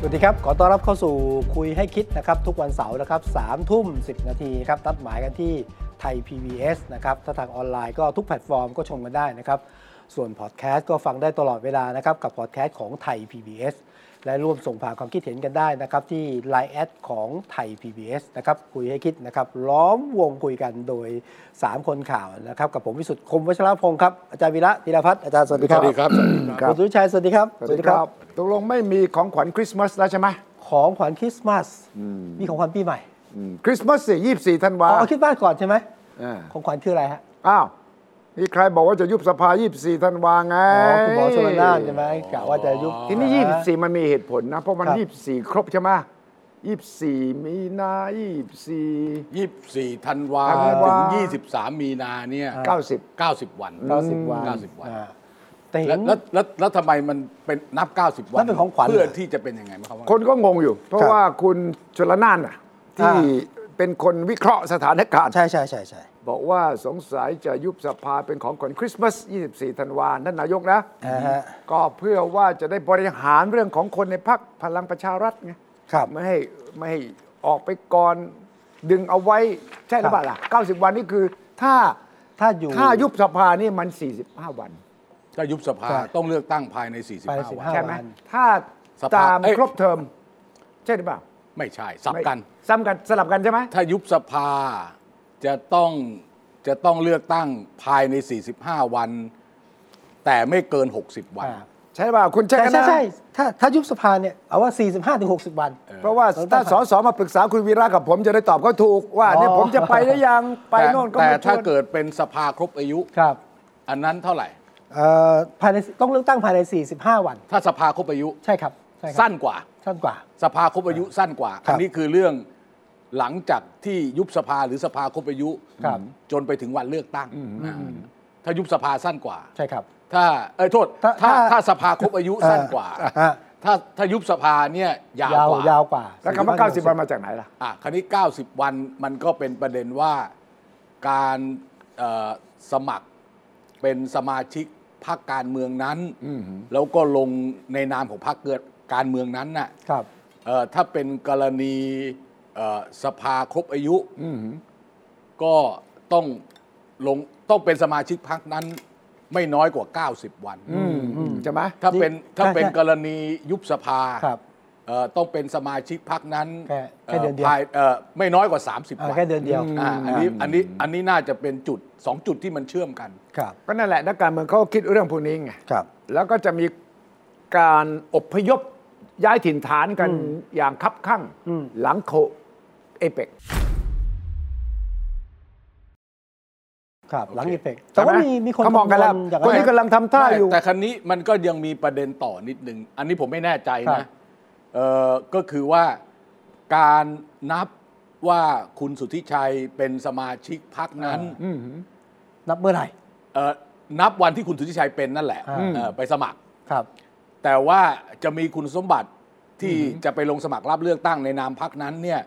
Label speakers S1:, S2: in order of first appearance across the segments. S1: สวัสดีครับ ขอต้อนรับเข้าสู่คุยให้คิดนะครับ ทุกวันเสาร์นะครับสามทุ่มสินาทีครับนัดหมายกันที่ไทย PBS นะครับ ถ้าทางออนไลน์ก็ทุกแพลตฟอร์มก็ชมกันได้นะครับ ส่วนพอดแคสต์ก็ฟังได้ตลอดเวลานะครับ กับพอดแคสต์ของไทย PBS และร่วมส่งผ่านความคิดเห็นกันได้นะครับ ที่ Line แอดของไทย PBS นะครับคุยให้คิดนะครับ ล้อมวงคุยกันโดย 3 คนข่าวนะครับกับผมวิสุทธิ์คมวัชรพงศ์ครับอาจารย์วีระธีรพัฒน์อาจารย์สวัสดีครับ
S2: สวัสดีครับสวัสดีครับ
S1: คุณสุวิชัยสวัสดีครับ
S2: ตกลงไม่มีของขวัญคริสต์มาสแล้วใช่ไหม
S1: ของขวัญคริสต์มาสมีของขวัญปีใหม่
S2: คริสต์มาสสี่ยี่สี่ธันวา
S1: อ๋อเอาคริสต์มาสก่อนใช่ไหม
S2: อ่า
S1: ของขวัญคืออะไรฮะ
S2: อ้าวมีใครบอกว่าจะยุบสภายี่สี่ธันวาไง
S1: อ๋อคุณหมอชลนานใช่ไหมกะว่าจะยุบ
S2: ทีนี้ยี่
S1: ะฮะ
S2: สี่มันมีเหตุผลนะ เพราะมัน
S1: ครับ
S2: ยี่สี่ครบใช่ไหมยี่สี่มีนายี่สี่
S3: 24ธันวา
S2: ธันวา
S3: ถึง 23 มีนาเนี่ย
S2: เก้าสิบ
S3: 90 วัน
S1: เก้าสิบวัน
S3: 90 วัน
S1: อ่าแต่เห็
S3: แล้
S1: น
S3: วแล้วแล้วแล้วทำไมมันเป็นนับ 90 วัน
S1: แล้วเป็นของขวัญ
S3: เพื่อ
S1: เหรอ
S3: ที่จะเป็นยังไงไหมครับว่า
S2: คนก็งงอยู่ เพ
S1: ค
S2: ราะ
S1: รับ
S2: ว่าคุณชลนานน่ะที่
S1: อ่า
S2: เป็นคนวิเคราะห์สถานการณ์
S1: ใช่ใช่ใช่ใช่
S2: บอกว่าสงสัยจะยุบสภาเป็นของขวัญคริสต์มาส 24 ธันวานั่นนายกนะ
S1: อ่าฮะ
S2: ก็เพื่อว่าจะได้บริหารเรื่องของคนในพรรคพลังประชารัฐไง
S1: ครับ
S2: ไม่ให้ไม่ให้ออกไปก่อนดึงเอาไว้ใช่หรือเปล่าล่ะ 90 วันนี่คือถ้า
S1: ถ้าอยู่
S2: ถ้ายุบสภานี่มัน 45 วัน
S3: ถ้ายุบสภา
S1: ใช่
S3: ต้องเลือกตั้งภายใน
S1: ภายใน
S3: 45 วัน
S1: 45
S2: ใช่ไหม
S1: วัน
S2: ถ้า
S3: สภา
S2: ตาม
S3: เอ้ย
S2: ครบเทอม ใช่หรือเปล่า
S3: ไม่ใช่ สับกัน
S2: ไม่ซ้ำกันสลับกันใช่ไหม
S3: ถ้ายุบสภาจะต้องจะต้องเลือกตั้งภายใน 45 วัน แต่ไม่เกิน 60 วัน
S1: อ่า
S2: ใช่หรือเปล่าคุณใช่
S1: ใช่
S2: กัน
S1: ใช่
S2: นะ
S1: ใช่ถ้าถ้ายุบสภาเนี่ยเอาว่า 45ถึง60 วัน
S2: เพราะว่าถ้าสสมาปรึกษาคุณวีระกับผมจะได้ตอบเขาถูกว่าเนี่ย
S1: อ๋อ
S2: ผมจะไปหรือยังไป
S3: แต่
S2: โน่นก็
S3: แต่
S2: ไม่ช
S3: ถ้า
S2: วน
S3: เกิดเป็นสภาครบอายุ
S1: ครับ
S3: อันนั้นเท่าไหร่
S1: เอ่อภายในต้องเลือกตั้งภายใน 45 วัน
S3: ถ้าสภาครบอายุ
S1: ใช่ครับใช่ครับ
S3: สั้นกว่า
S1: สั้นกว่า
S3: สภาครบอายุสั้นกว่า
S1: ครับ
S3: อันนี้คือเรื่องหลังจากที่ยุบสภาหรือสภาครบอายุ
S1: ครับ
S3: จนไปถึงวันเลือกตั้งอ่าถ้ายุบสภาสั้นกว่า
S1: ใช่ครับ
S3: ถ้าเอ้ยโทษ
S1: ถ้า
S3: ถ้า
S1: ถ้า
S3: ถ้าสภาครบอายุสั้นกว่า
S1: อ่ะ
S3: ถ้าถ้ายุบสภาเนี่ยยาวย
S1: าว
S3: กว่าย
S1: าวกว่า
S2: แล้วคำว่า 90 วันมาจากไหนล่ะ
S3: อ่ะคราวนี้ 90 วันมันก็เป็นประเด็นว่าการเอ่อสมัครเป็นสมาชิกพรรคการเมืองนั้น แล้วก็ลงในนามของพรรคเกิดการเมืองนั้นน่ะ
S1: ครับ
S3: เอ่อถ้าเป็นกรณีเอ่อสภาครบอายุก็ต้องลงต้องเป็นสมาชิกพักนั้นไม่น้อยกว่า 90 วัน
S2: อืมใช่ไหม
S3: ถ้าเป็นถ้าเป็นก
S1: ใช่
S3: รณียุบสภา
S1: ครับ
S3: เอ่อต้องเป็นสมาชิกพักนั้น
S1: แค่แค่เดือนเดียว
S3: ภายอ่อไม่น้อยกว่า 30
S1: อ่ะ
S3: วัน
S1: แค่เดือนเดียว
S3: อ่าอันนี้อันนี้อันนี้น่าจะเป็นจุด 2 จุดที่มันเชื่อมกัน
S1: ครับ
S2: ก็นั่นแหละนักการเมืองเขาก็คิดเรื่องพวกนี้ไง
S1: ครับ
S2: แล้วก็จะมีการอบพยพย้ายถิ่นฐานกันอย่างคับข้างหลังโคเอเปก
S1: ครับหลัง
S3: โอเค
S1: อีเฟกแต่ว่ามีมีคน
S2: เขามองกันแล้ว
S1: กัอย่า
S2: คนนี้
S1: งะ
S2: กำลังทำท่า
S3: ไม่
S2: อยู่
S3: แต่ครั้นี้มันก็ยังมีประเด็นต่อนิดนึง อันนี้ผมไม่แน่ใจ
S1: ครับ
S3: นะเอ่อก็คือว่าการนับว่าคุณสุทธิชัยเป็นสมาชิกพักนั้น
S1: นับเมื่อไหร่
S3: เอ่อนับวันที่คุณสุทธิชัยเป็นนั่นแหละ
S1: อ่า
S3: เอ่อไปสมัคร
S1: ครับ
S3: แต่ว่าจะมีคุณสมบัติที่จะไปลงสมัครรับเลือกตั้งในนามพักนั้นเนี่ย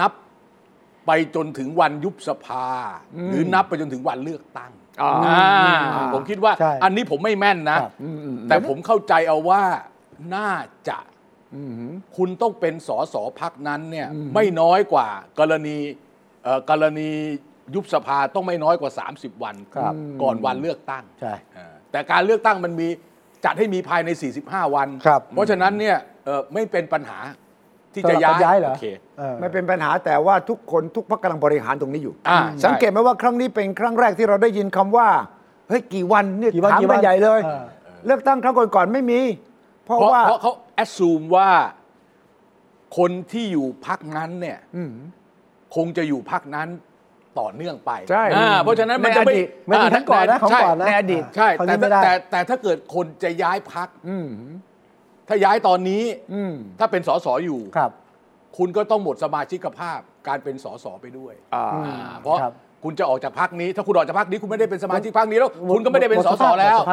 S3: นับไปจนถึงวันยุบสภา หรือนับไปจนถึงวันเลือกตั้ง
S2: อ่า
S3: อ่าผมคิดว่า
S1: ใช่
S3: อันนี้ผมไม่แม่นนะ
S1: ครับ
S3: แต่ผมเข้าใจเอาว่าน่าจะคุณต้องเป็นสอสอพักนั้นเนี่ยไม่น้อยกว่ากรณีเอ่อกรณียุบสภาต้องไม่น้อยกว่า 30 วัน
S1: ครับ
S3: ก่อนวันเลือกตั้ง
S1: ใช่
S3: เออแต่การเลือกตั้งมันมีจัดให้มีภายใน 45 วัน
S1: ครับ
S3: เพราะฉะนั้นเนี่ยเอ่อไม่เป็นปัญหาที่
S1: สำห
S3: จะ
S1: รับการ
S3: ย้าย
S1: ย้ายเหรอ
S3: โอเค
S1: เออ
S2: ไม่เป็นปัญหาแต่ว่าทุกคนทุกพรรคกำลังบริหารตรงนี้อยู่
S3: อ่าใช่
S2: สังเกตไหมว่าครั้งนี้เป็นครั้งแรกที่เราได้ยินคำว่า เฮ้ย กี่วันเนี่ย
S1: กี่วัน
S2: ถาม
S1: กี่วั
S2: กัน นใหญ่เลย
S1: เออ
S2: เลือกตั้งครั้งก่อนๆไม่มี เพราะ
S3: เพราะ
S2: ว่า
S3: เพราะเขาแอดซูมว่าคนที่อยู่พักนั้นเนี่ยคงจะอยู่พักนั้นต่อเนื่องไป
S2: ใช่
S3: อ่าเพราะฉะนั้นมัน
S2: ใน
S3: จะไม่
S2: อดีต
S1: ไม่เหมือนครั้งก่อนนะของ
S3: ใช่
S1: ก่อนนะ
S3: ใช่
S1: ในอดีต
S3: ใช่
S1: คราวนี้
S3: แต่
S1: ไม่ได้
S3: แต่แต่ถ้าเกิดคนจะย้ายพักถ้าย้ายตอนนี้ถ้าเป็นสสอยู่
S1: ครับ
S3: คุณก็ต้องหมดสมาชิกภาพการเป็นสสไปด้วย
S2: อ่า
S3: อ่าเพราะ
S1: ครับ
S3: คุณจะออกจากพักนี้ ถ้าคุณออกจากพักนี้คุณไม่ได้เป็นสมาชิกพักนี้แล้ว คุณก็ไม่ได้เป็นสสแล้ว ผ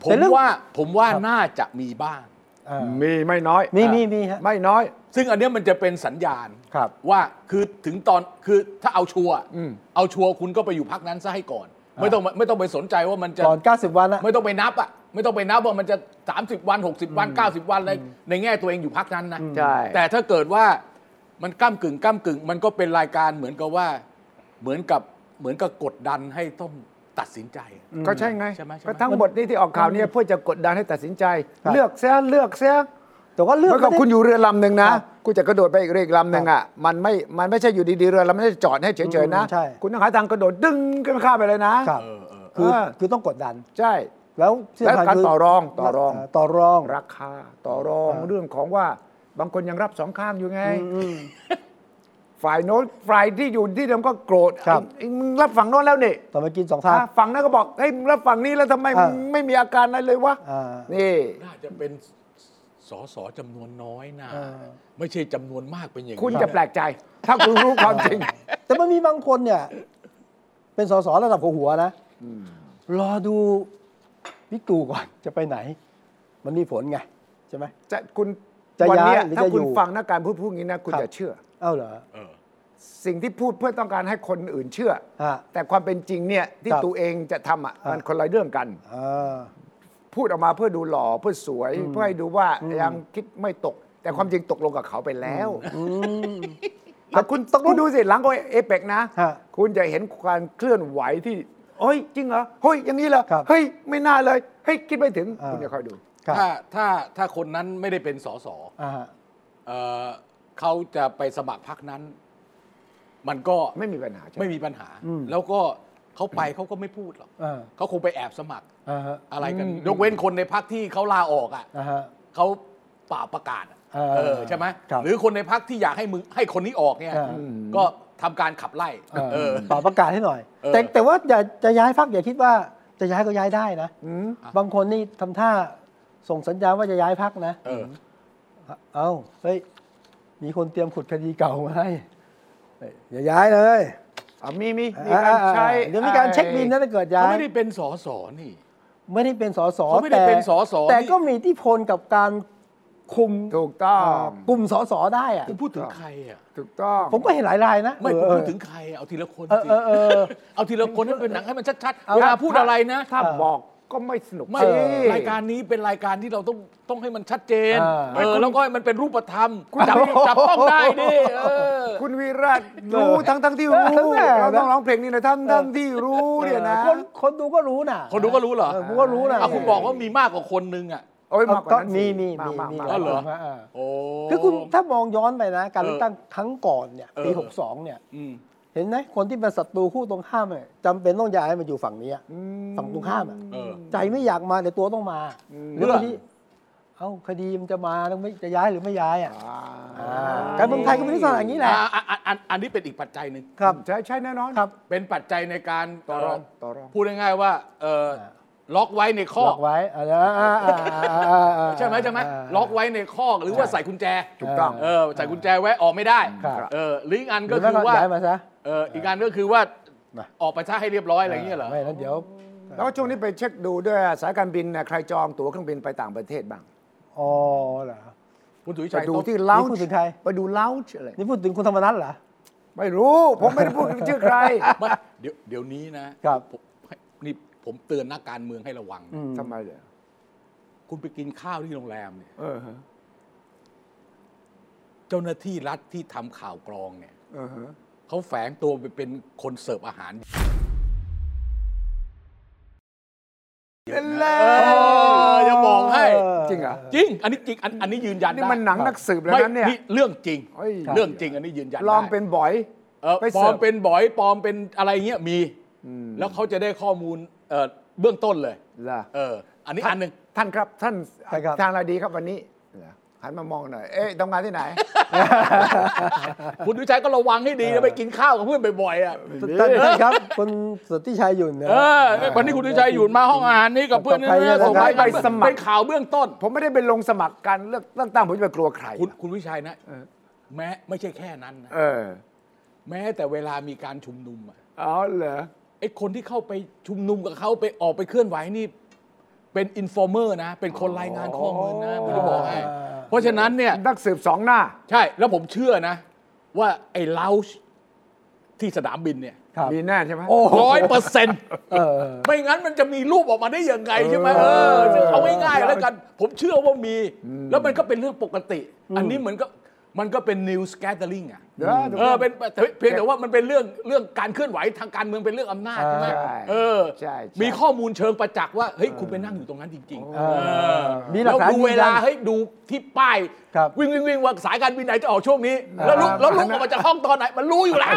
S1: แต่
S3: ม
S1: เรื่อง
S3: ว่าผมว่า
S1: ครับ
S3: น่าจะมีบ้าง
S1: อ่า
S2: มีไม่น้อย
S1: มีมีมีฮะ
S2: ไม่น้อย
S3: ซึ่งอันเนี้ยมันจะเป็นสัญญาณ
S1: ครับ
S3: ว่าคือถึงตอนคือถ้าเอาชัวร์
S2: อืม
S3: เอาชัวร์คุณก็ไปอยู่พักนั้นซะให้ก่อน ไม่ต้องไม่ต้องไปสนใจว่ามันจะ
S1: ก่อน 90 วันนะ
S3: ไม่ต้องไปนับอ่ะไม่ต้องไปนับว่ามันจะ 30 วัน 60 วัน 90 วันอะไรในแง่ตัวเองอยู่พักนั้นนะ
S2: ใช่
S3: แต่ถ้าเกิดว่ามันก้ากึ่งก้ากึ่ง มันก็เป็นรายการเหมือนกับว่าเหมือนกับเหมือนกับกดดันให้ต้องตัดสินใจ
S2: ก็ใช่ไง
S3: ใช่ไหมใช่ไหม
S2: ก็ทั้งหมดนี่ที่ออกข่าวเนี่ยเพื่อจะกดดันให้ตัดสินใจ
S1: ครับ
S2: เลือกเสียเลือกเสีย
S1: แต่ว่าเรื่อง
S2: เมื่อกับ
S1: ไม่ได้
S2: คุณอยู่เรือลำหนึ่งนะครับ คุณจะกระโดดไปอีกเรืออีกลำหนึ่งอ่ะมันไม่มันไม่ใช่อยู่ดีๆเรือลำไม่ได้จอดให้เฉยๆนะ
S1: อืมใช่
S2: คุณต้องหาทางกระโดดดึงกันข้ามไปเลยนะ
S1: ครับ
S3: เออเออ
S1: คือ
S2: เออ
S1: คือต้องกดดัน
S2: ใช่
S1: แล้วที่สำคัญ
S2: และการ
S1: คื
S2: ต่อรองต่อรอง
S1: เต่อรอง
S2: ราคาต่อรอง
S1: อ่า
S2: เรื่องของว่าบางคนยังรับสองข้างอยู่ไง
S1: อืมอืม
S2: ฝ่ายโน้นฝ่ายที่อยู่ที่เดิมก็โกรธ
S1: ครับ
S2: ไอ้มึงรับฝั่งโน้นแล้วนี่
S1: ต่อมากินสองทาง
S2: อ่ะฝั่งนั้นก็บอกเฮ้ยมึงรับฝั่งนี้แล้วทำไม
S1: อ่ามึ
S2: งไม่มีอาการอะไรเลยวะ
S1: อ่า
S2: นี่
S3: น่าจะเป็นสอสอจำนวนน้อยนะ
S1: เออ
S3: ไม่ใช่จำนวนมากเป็นอย่างนี้
S2: คุณจะแปลกใจ ถ้าคุณรู้ความจริง
S1: แต่มันมีบางคนเนี่ย เป็นสสระดับหัวหัวนะรอดูวิกตูก่อนจะไปไหน มันมีผลไง ใช่ไหม
S2: จะคุณ
S1: จะ
S2: วัเนี้
S1: ย้ายหรือ
S2: ถ้า
S1: จะ
S2: คุณ
S1: อยู่
S2: ฟังนักการพูดพูดอย่างนี้นะคุณ
S1: ครับ
S2: จะเชื่อ
S1: เอ้าเหรอ
S3: เออ
S2: สิ่งที่พูดเพื่อต้องการให้คนอื่นเชื่อ
S1: ฮะ
S2: แต่ความเป็นจริงเนี่ยที่
S1: ครับ
S2: ตัวเองจะทำอ่ะ
S1: อ่ามั
S2: มันคนละเรื่องกัน
S1: อ่า
S2: พูดออกมาเพื่อดูหล่อเพื่อสวย เพื่อให้ดูว่ายังคิดไม่ตก แต่ความจริงตกลงกับเขาไปแล้วแต่คุณต้องดูสิหลังก็เอเปกนะ
S1: ฮะ
S2: คุณจะเห็นความเคลื่อนไหวที่เฮ้ยจริงเหรอเฮ้ยอย่างนี้เหรอ
S1: ครับ
S2: เฮ้ยไม่น่าเลยเฮ้ยคิดไม่ถึง
S1: อ่า
S2: คุณจะคอยดู
S1: ครับ
S3: ถ้าถ้าถ้าคนนั้นไม่ได้เป็นสอสอ
S1: อ่าฮะ
S3: เออเขาจะไปสมัครพักนั้น มันก็
S2: ไม่มีปัญหาใช่ไหม
S3: ไม่มีปัญหา
S1: อืม
S3: แล้วก็เขาไปเขาก็ไม่พูดหรอก
S1: อ่า
S3: เขาคงไปแอบสมัคร
S1: อ่าฮะ
S3: อะไรกันยกเว้นคนในพักที่เขาลาออกอ่ะ
S1: อ่าฮะ
S3: เขาป่าประกาศอะ
S1: เออ
S3: เออใช่ไหม
S1: ครับ
S3: หรือคนในพักที่อยากให้มึงให้คนนี้ออกเนี่ย
S1: เออ
S3: ก็ทำการขับไล่
S1: เออ
S3: เออ
S1: ต่อประกาศให้หน่อย
S3: เออ
S1: แต่แต่ว่าอย่าจะย้ายพักอย่าคิดว่าจะย้ายก็ย้ายได้นะบางคนนี่ทำท่าส่งสัญญาณว่าจะย้ายพักนะ
S3: เออ
S1: เอ้าเฮ้ยมีคนเตรียมขุดคดีเก่ามาให้เฮ้ยอย่าย้ายเลย
S2: อ่ะมีมีมีการใช้
S1: อ่าเดี๋ยวมีการเช็คบินนะถ้าเกิดย้าย
S3: เขาไม่ได้เป็นสอสอนี่
S1: ไม่ได้เป็นสส
S3: เขาไม่ได้เป็นสส
S1: แต่
S3: นี่
S1: ก็มีอิที่พลกับการคุม
S2: ถูกต้อง
S1: กลุ่มสสได้อะ
S3: คุณพูดถึงใครอ่ะ
S2: ถูกต้อง
S1: ผมก็เห็นหลายรายนะ
S3: ไม่
S1: เอ
S3: คุณ
S1: อ
S3: พูดถึงใครอะเอาทีละคน
S1: เออ
S3: สิ
S1: เออเออ
S3: เอาทีละคนให้เป็นหนังให้มันชัด
S1: เอา
S3: ๆเวลาพูดอะไรนะ
S2: ถ้าบอกก็ไม่สนุก
S3: ไม่
S2: สิ
S3: รายการนี้เป็นรายการที่เราต้องต้องให้มันชัดเจน
S1: เออ
S3: เออแล้วก็ให้มันเป็นรูปธรรมจับจับต้องได้ดิเออ
S2: คุณวีระรู้ทั้งทั้งที่รู้
S1: เออแม่
S2: เราต้องร้องเพลงนี้นะทั้งทั้งที่รู้เนี่ยนะ
S1: คนคนดูก็รู้นะ
S3: คนดูก็รู้เหรอ
S1: ผมก็รู้นะ
S3: อ่ะคุณบอกว่ามีมากกว่าคนนึงอ่ะ
S2: โอ้ย
S1: เออ
S2: มากก
S1: ก็
S2: ว่านั้น
S1: มีมี
S2: สิาก
S1: มี
S2: าก
S1: มี
S2: มาก
S3: อ๋อเหรอ
S1: าา
S3: โอ้
S1: คือคุณถ้ามองย้อนไปนะ การเลือก
S3: เออ
S1: ตั้งครั้งก่อนเนี่ยปี
S3: เออ
S1: 62เนี่ย
S3: อืม
S1: เห็นไหมคนที่เป็นศัตรูคู่ตรงข้ามเนี่ยจำเป็นต้องย้ายมาอยู่ฝั่งนี้อะฝั่งตรงข้ามอะ
S3: เออ
S1: ใจไม่อยากมาแต่ตัวต้องมาหรือบางทีเอ้าคดีมันจะมาต้องไม่จะย้ายหรือไม่ย้ายอ่ะการเมืองไทยก็เป็นลักษณะอย่างนี้แหละ
S3: อ่ะอ่ะอ่ะอันอันนี้เป็นอีกปัจจัยหนึ่ง
S1: ครับ
S2: ใช่ใช่แน่นอน
S1: ครับ
S3: เป็นปัจจัยในการ
S2: ต่อรอง
S3: เ
S2: ต่อรอง
S3: พูดง่ายๆว่าเอ่อล็อกไว้ในข้อ
S1: ล็อกไว้อ่าอ่าอ่าอ่าอ่าอ่า
S3: ใช่ไหมใช่ไหมล็อกไว้ในข้อหรือว่าใส่กุญแจ
S2: ถูกต้อง
S3: เออใส่กุญแจไว้ออกไม่ได้
S1: ครับ
S3: เออหรืออีกอัน
S1: ห
S3: ก็
S1: รือไม่
S3: คือ
S1: ก็
S3: ว่า
S1: ย้ายมาซะ
S3: เอออีกอันก็คือว่า
S1: น่ะ
S3: ออกไปซะให้เรียบร้อยอะไรอย่างเงี้ยเหรอ
S1: ไม่นั้นเดี๋ยว
S2: แล้วก็ช่วงนี้ไปเช็คดูด้วยสายการบินนะใครจองตั๋วเครื่องบินไปต่างประเทศบ้าง
S1: อ๋อเหรอ
S3: คุณสุวิ
S2: ไป
S3: ชัย
S2: ดู
S3: ต้อง
S2: ที่เลา
S1: นี่พูดถึงใคร
S2: ไปดูเลาอะไร
S1: นี่พูดถึงคุณธรรมนัฐเหรอ
S2: ไม่รู้ผมไม่ได้พูดชื่อใคร
S3: ไม่เดี๋ยวเดี๋ยวนี้นะครับ ผมนี่ผมเตือนนักการเมืองให้ระวังนะ
S1: อืม
S2: ทำไมเหรอ
S3: คุณไปกินข้าวที่โรงแรมเนี่ย
S2: เออฮะ
S3: เจ้าหน้าที่รัฐที่ทำข่าวกรองเนี่ย
S2: เออฮะ
S3: เขาแฝงตัวไปเป็นคนเสิร์ฟอาหาร
S2: เป็นแล้ว
S3: ออย่าบอกให้
S2: จริงเหรอ
S3: จริง อันนี้จริง อันอันนี้ยืนยัน
S2: นี่
S3: ได้
S2: มันหนังนักสืบแล้ว
S3: ไม่
S2: นะเนี่ย
S3: เรื่องจริง
S2: เฮ้ย
S3: เรื่องจริงอันนี้ยืนยันได้
S2: ลองเป็นบ่อย
S3: เออ
S2: ไป
S3: ปล
S2: เสิ
S3: อ
S2: ร์
S3: ม
S2: ฟ
S3: เป็นบ่อยปลอมเป็นอะไรเงี้ยมี แล้วเขาจะได้ข้อมูลเอ่อเบื้องต้นเลย
S2: ล่ะ
S3: เออ อันนี้อันหนึ่ง
S2: ท่านครับท่าน
S1: ใช่ครับ
S2: ทานอะไรดีครับวันนี้หันมามองหน่อย เอ๊ะทำงานที่ไหน
S3: คุณดุชัยก็ระวังให้ดีนะไปกินข้าวกับเพื่อนบ่อยๆอ่ะ
S1: ท่านท่านครับคุณสุทธิชัยหยุ่นนะ
S3: เออวันนี้คุณดุชัยอยู่มาห้องอาหารนี่กับเพื่อนนี่
S1: ต้องไป
S3: นะส่งให้
S1: ไป
S3: เป็น
S2: สมัคร
S3: เป็นข่าวเบื้องต้น
S2: ผมไม่ได้ไปลงสมัครการเลือกตั้งผมจะไปกลัวใคร
S3: คุณคุณวิชัยนะ แม้ไม่ใช่แค่นั้นนะ
S2: เออ
S3: แม้แต่เวลามีการชุมนุมอะ
S2: อ๋อเหรอ
S3: ไอ้คนที่เข้าไปชุมนุมกับเขาไปออกไปเคลื่อนไหวนี่ เป็นอินฟอร์เมอร์นะ เป็นคนรายงานข้อมูลนะผมจะบอกให้เพราะฉะนั้นเนี่ย
S2: นักสืบสองหน้า
S3: ใช่แล้วผมเชื่อนะ ว่าไอ้เลาชที่สนามบินเนี่ย
S1: ครับ
S2: มีแน่ใช่ไหม
S3: ร้อยเปอร์เซ็นต์
S1: เออ
S3: ไม่งั้นมันจะมีรูปออกมาได้ยังไงใช่ไหมเออซึ่งเอาง่ายๆแล้วกัน ผมเชื่อว่ามี แล้วมันก็เป็นเรื่องปกติ อันนี้เหมือนก็มันก็เป็น news gathering อ่ะ
S2: เออถูกต้อง
S3: เออเป็นแต่เพียงแต่ว่ามันเป็นเรื่องเรื่องการเคลื่อนไหวทางการเมืองเป็นเรื่องอำนาจใช่ไหม
S2: ใช่
S3: เออ
S2: ใช่ใช่
S3: มีข้อมูลเชิงประจักษ์ว่าเฮ้ยคุณไปนั่งอยู่ตรงนั้นจริง ๆ เออ
S1: มีหลักฐาน
S3: แวดูเวลาเฮ้ยดูที่ป้าย
S1: ครับ
S3: วิ่งวิ่งวิ่งว่าสายการบินไหนจะออกช่วงนี้ แล้วลุกแล้วลุกออกมาจากห้องตอนไหน มันรู้อยู่แล้ว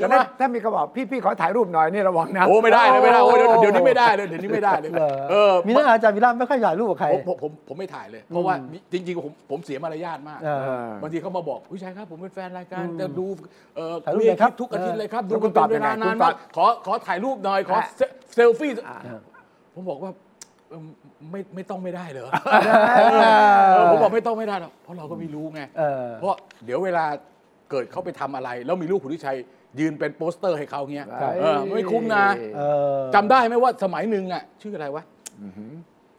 S2: จะ
S3: ใช่ไหม
S2: ได้ถ้ามีกระบอกพี่พี่ขอถ่ายรูปหน่อยนี่ระวังนะ
S3: โอ้ไม่ได้เลยไม่ได้โอ้เดี๋ยวเดี๋ยวนี้ไม่ได้เลยเดี๋ยวนี้ไม่ได้เลย
S1: เหรอ
S3: เออ
S1: มีนักอาจารย์วิราชไม่ค่อยถ่ายรูปกับใคร
S3: ผมผมผมผมไม่ถ่ายเลย เพราะว่าจริงๆผมผมเสียมารยาทมาก
S1: เออบ
S3: างทีเขามาบอกผู้ชายครับผมเป็นแฟนรายการจะดูเอ่อ
S1: ถ่ายรูปหน่อยครับ
S3: ทุกอาทิตย์เลยครับ
S2: เอ
S3: ดู
S2: อคุณตอบ
S3: เป็นเวลา
S2: ยังไง
S3: นาน
S2: คุณตอ
S3: มา
S2: บ
S3: กขอขอถ่ายรูปหน่อยขอ
S2: อ่ะ
S3: เซเซลฟี่ผมบอกว่าเอิ่มไม่ไม่ต้องไม่ได้เหรอ เออผมบอกไม่ต้องไม่ได้หรอกเพราะเราก็ไม่รู้ไง
S1: เออ
S3: เพราะเดี๋ยวเวลาเกิดเขาไปทำอะไร แล้วมีลูกคุณทิชัยยืนเป็นโปสเตอร์ให้เขาเงี้ยเออไม่คุ้มนะ
S1: เออ
S3: จำได้ไหมว่าสมัยหนึ่งอ่ะชื่ออะไรวะ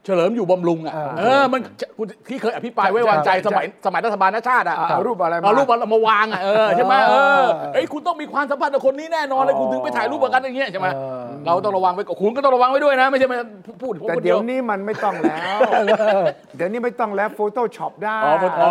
S3: เฉลิมอยู่บำรุงอ่ะ
S1: อ่า
S3: เออมันคุณที่เคยอภิปรายไว้วางใจ
S2: ใช่ใช่
S3: สมัยสมัยรัฐบาลนาชาติอ่ะ
S2: อ่าเอารูปอะไรมา
S3: เอารูปมามาวางอ่ะเออใช่ไหมเออ
S1: เออ
S3: เอ้ยคุณต้องมีความสัมพันธ์กับคนนี้แน่นอนเลย
S2: อ๋อ
S3: คุณถึงไปถ่ายรูปกับกันอย่างเงี้ยใช่ไหม
S1: เออ
S3: เราต้องระวังไว้ก่อนคุณก็ต้องระวังไว้ด้วยนะ ไม่ใช่มาพูดผม
S2: แต่
S3: คน
S2: เดี๋
S3: เดี
S2: ย
S3: ยว ว
S2: นี้มันไม่ต้องแล้ว เดี๋ยวนี้ไม่ต้องแล้ว Photoshop ได้
S3: อ๋อ
S2: เห
S3: ค
S2: มื
S3: นอ๋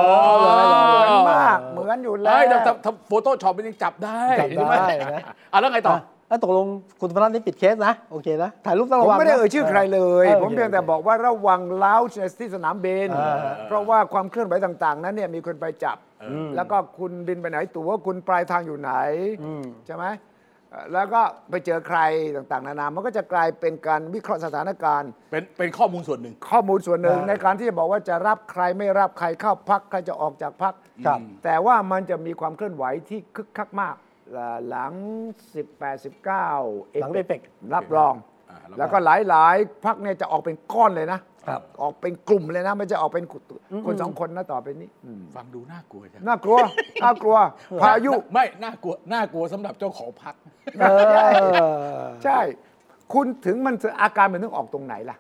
S3: อ
S2: อนมาก เหมือนอยู่แล้ว
S3: เอ้ยแต่แต่แต่โฟโต้ช็อปมันยังจับได้
S1: จับได้
S3: ใช่หม
S1: นะ
S3: อ่ะแล้วไงต่อ
S1: แล้วตกลงคุณธรรมนัฐนี่ปิดเคสนะ โอเคนะ ถ่ายรูปต้อง
S2: ผ
S1: ระ
S2: ม
S1: วังนะ
S2: ไม่ได้เอ่ยชื่อใครเลย
S1: ออ
S2: ผมเพียงแต่
S1: โค
S2: บอกว่าระวังล้าวในที่สนามบิน
S1: อ่า
S2: เพราะว่าความเคลื่อนไหวต่าง ๆ นั้นเนี่ยมีคนไปจับ แล้วก็คุณบินไปไหนตัวคุณปลายทางอยู่ไหน ใช่ไหมเอ่อแล้วก็ไปเจอใครต่างๆ นานา มันก็จะกลายเป็นการวิเคราะห์สถานการณ์
S3: เป็นเป็นข้อมูลส่วนหนึ่ง
S2: ข้อมูลส่วนหนึ่ง
S1: ได้
S2: ในการที่จะบอกว่าจะรับใครไม่รับใครเข้าพักใครจะออกจากพัก
S1: ครับ
S2: แต่ว่ามันจะมีความเคลื่อนไหวที่คึกคักมากอ่าหลัง 18 19
S1: หลัง APEC
S2: รับรอง
S3: อ่ารับรอง
S2: แล้วก็หลายหลายๆพักเนี่ยจะออกเป็นก้อนเลยนะ ออกเป็นกลุ่มเลยนะ ไม่จะออกเป็นคนสองคนนะต่อไปนี้
S3: ฟังดูน่ากลัวจัง
S2: น่ากลัว น่ากลัว พายุ
S3: ไม่น่ากลัวน่ากลัวสำหรับเจ้าของพัก
S1: เออ
S2: ใช่ คุณถึงมันอาการมันถึงออกตรงไหนล่ะ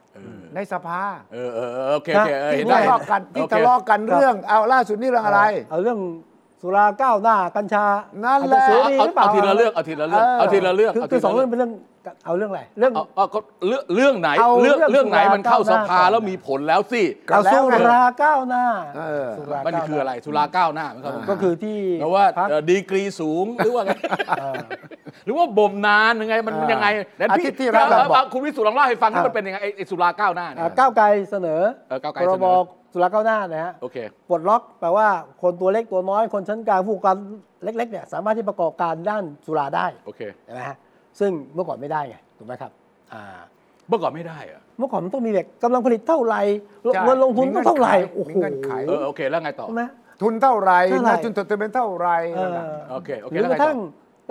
S2: ในสภา
S3: เออเออเออโอเคโอเคเออ
S2: ที่
S3: เห็น
S2: ทะ
S3: ได้
S2: เลาะกันที่
S3: โอเค
S2: ทะเลาะกันเรื่องเอาล่าสุดนี่เรื่องอะไร
S1: เอาเรื่องสุราก้าวหน้ากัญชา
S2: นั่
S1: นั่
S2: นแหละ
S1: เส
S3: เอา
S1: รีห
S3: เอา
S1: รือเปล่า
S3: เอาทีละเรื่องเอาทีละเรื่องเอาทีละเรื่อง
S1: คือ
S3: เอา
S1: คื
S3: ที
S1: อสอง
S3: ละ
S1: เรื่องเป็นเรื่องเอาเรื่องอะไรเรื่อง
S3: เอาเอาก็เรื่องเรื่องไหน
S1: เอา
S3: เรื่อง
S1: เรื่อง
S3: เรื่องไหนมันเข้า
S1: สุ
S3: สภา
S1: ราก้าวหน้า
S3: แล้วมีผลแล้วสิ
S2: ก็
S1: เอาสุราก้าวหน้า
S2: เออ
S1: สุรา
S3: มัน
S1: ก้าวหา
S3: คืออะไรสุราก้าวหน้ามันเข้าสภา
S1: ก็คือที่
S3: แล้วว่า
S1: พรรค
S3: เอ่อดีกรีสูงหรือว่าไงหรือว่าบ่มนานยังไงมันมันยังไงเดี๋ยว
S2: อาทิตย์ที่แล้ว
S3: เออ
S2: บอก
S3: คุณวิสุทธ์ลองเล่าให้ฟัง
S1: ครับ
S3: ว่ามันเป็นยังไงไอ้ไอ้สุราก้าวหน้าเนี่ย
S1: อ่าก้าวไกลเสนอ
S3: เออก้าวไกล
S1: พ
S3: เสน
S1: ร
S3: อ
S1: บสุราก้าวหน้านะฮะ
S3: โอเค
S1: ปลดล็อกแปลว่าคนตัวเล็กตัวน้อยคนชั้นกลางผู้ประกอบการเล็กๆเนี่ยสามารถที่ประกอบการด้านสุราได้
S3: โอเค
S1: ใช่ไหมฮะซึ่งเมื่อก่อนไม่ได้ไงถูกไหมครับอ่า
S3: เมื่อก่อนไม่ได้เหรอะ
S1: เมื่อก่อนมันต้องมีแบบกำลังผลิตเท่าไหร่
S2: ใช่
S1: เงินลงทุนต้องเท่าไหร่
S2: มีเงื่อนไข
S1: โอ้โห
S2: มีเงื่อนไข
S3: เออโอเคแล้วไงต่อ
S1: ใช่ไหม
S2: ทุนเท่าไหร
S1: เท่าไหร่
S2: หน้าทุนจดทะเบียนเท่าไหร
S1: เอ
S2: นั่น
S1: อ
S2: น่ะ
S3: โอเคโอเค
S1: หรื
S3: แล้
S1: อกระ
S3: วไงต่อ
S1: ทั่ง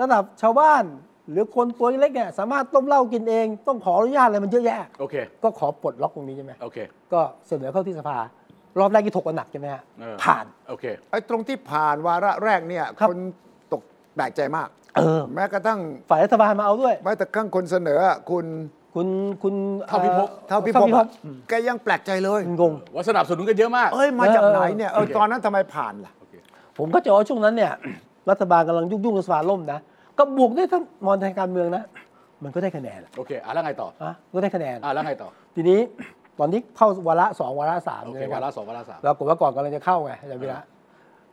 S1: ระดับชาวบ้าน หรือคนตัวเล็กเนี่ยสามารถต้มเหล้ากินเอง ต้องขออนุญาตอะไรมันเยอะแยะ
S3: โอเค
S1: ก็ขอปลดล็อกตรงนี้ใช่ไหม
S3: โอเค
S1: ก็เสนอเข้าที่สภา รอบแรกที่ถกกันหนักใช่ไหมฮะ
S3: เออ
S1: ผ่าน
S3: โอเค
S2: ไอ้ตรงที่ผ่านวาระแรกเนี่ย
S1: ครับ
S2: คนตกแปลกใจมาก
S1: เออ
S2: แม้กระทั่ง
S1: ฝ่ายรัฐบาลมาเอาด้วย
S2: แม้แต่ข้างคนเสนอคุณ
S1: คุณคุณ
S3: เท่าพิภพ
S1: อ่อ
S2: เท่าพิภพอะแกยังแปลกใจเลย
S1: งง
S3: ว่าสนับสนุนกันเยอะมาก
S2: เอ้ยมาจากไหนเนี่ยเออ
S3: โอเค
S2: ตอนนั้นทำไมผ่านล่ะ
S1: ผมก็จะว่าช่วงนั้นเนี่ย รัฐบาลกำลังยุ่งๆกับสภาล่มนะก็บวกด้วยท่านมอนทางการเมืองนะ มันก็ได้คะแนนอะ
S3: โอเคอ่ะแล้วไงต่อ
S1: อ่ะก็ได้คะแนน
S3: อ่ะแล้วไงต่อ
S1: ทีนี้ตอนนี้เข้าวาระสองวาระสาม
S3: โอเค
S1: ใช่ไหมคว
S3: า
S1: รับ
S3: ระสองวาระสาม
S1: ปรากฏว่าก่อนกำลังจะเข้าไงอาจารย์วิระ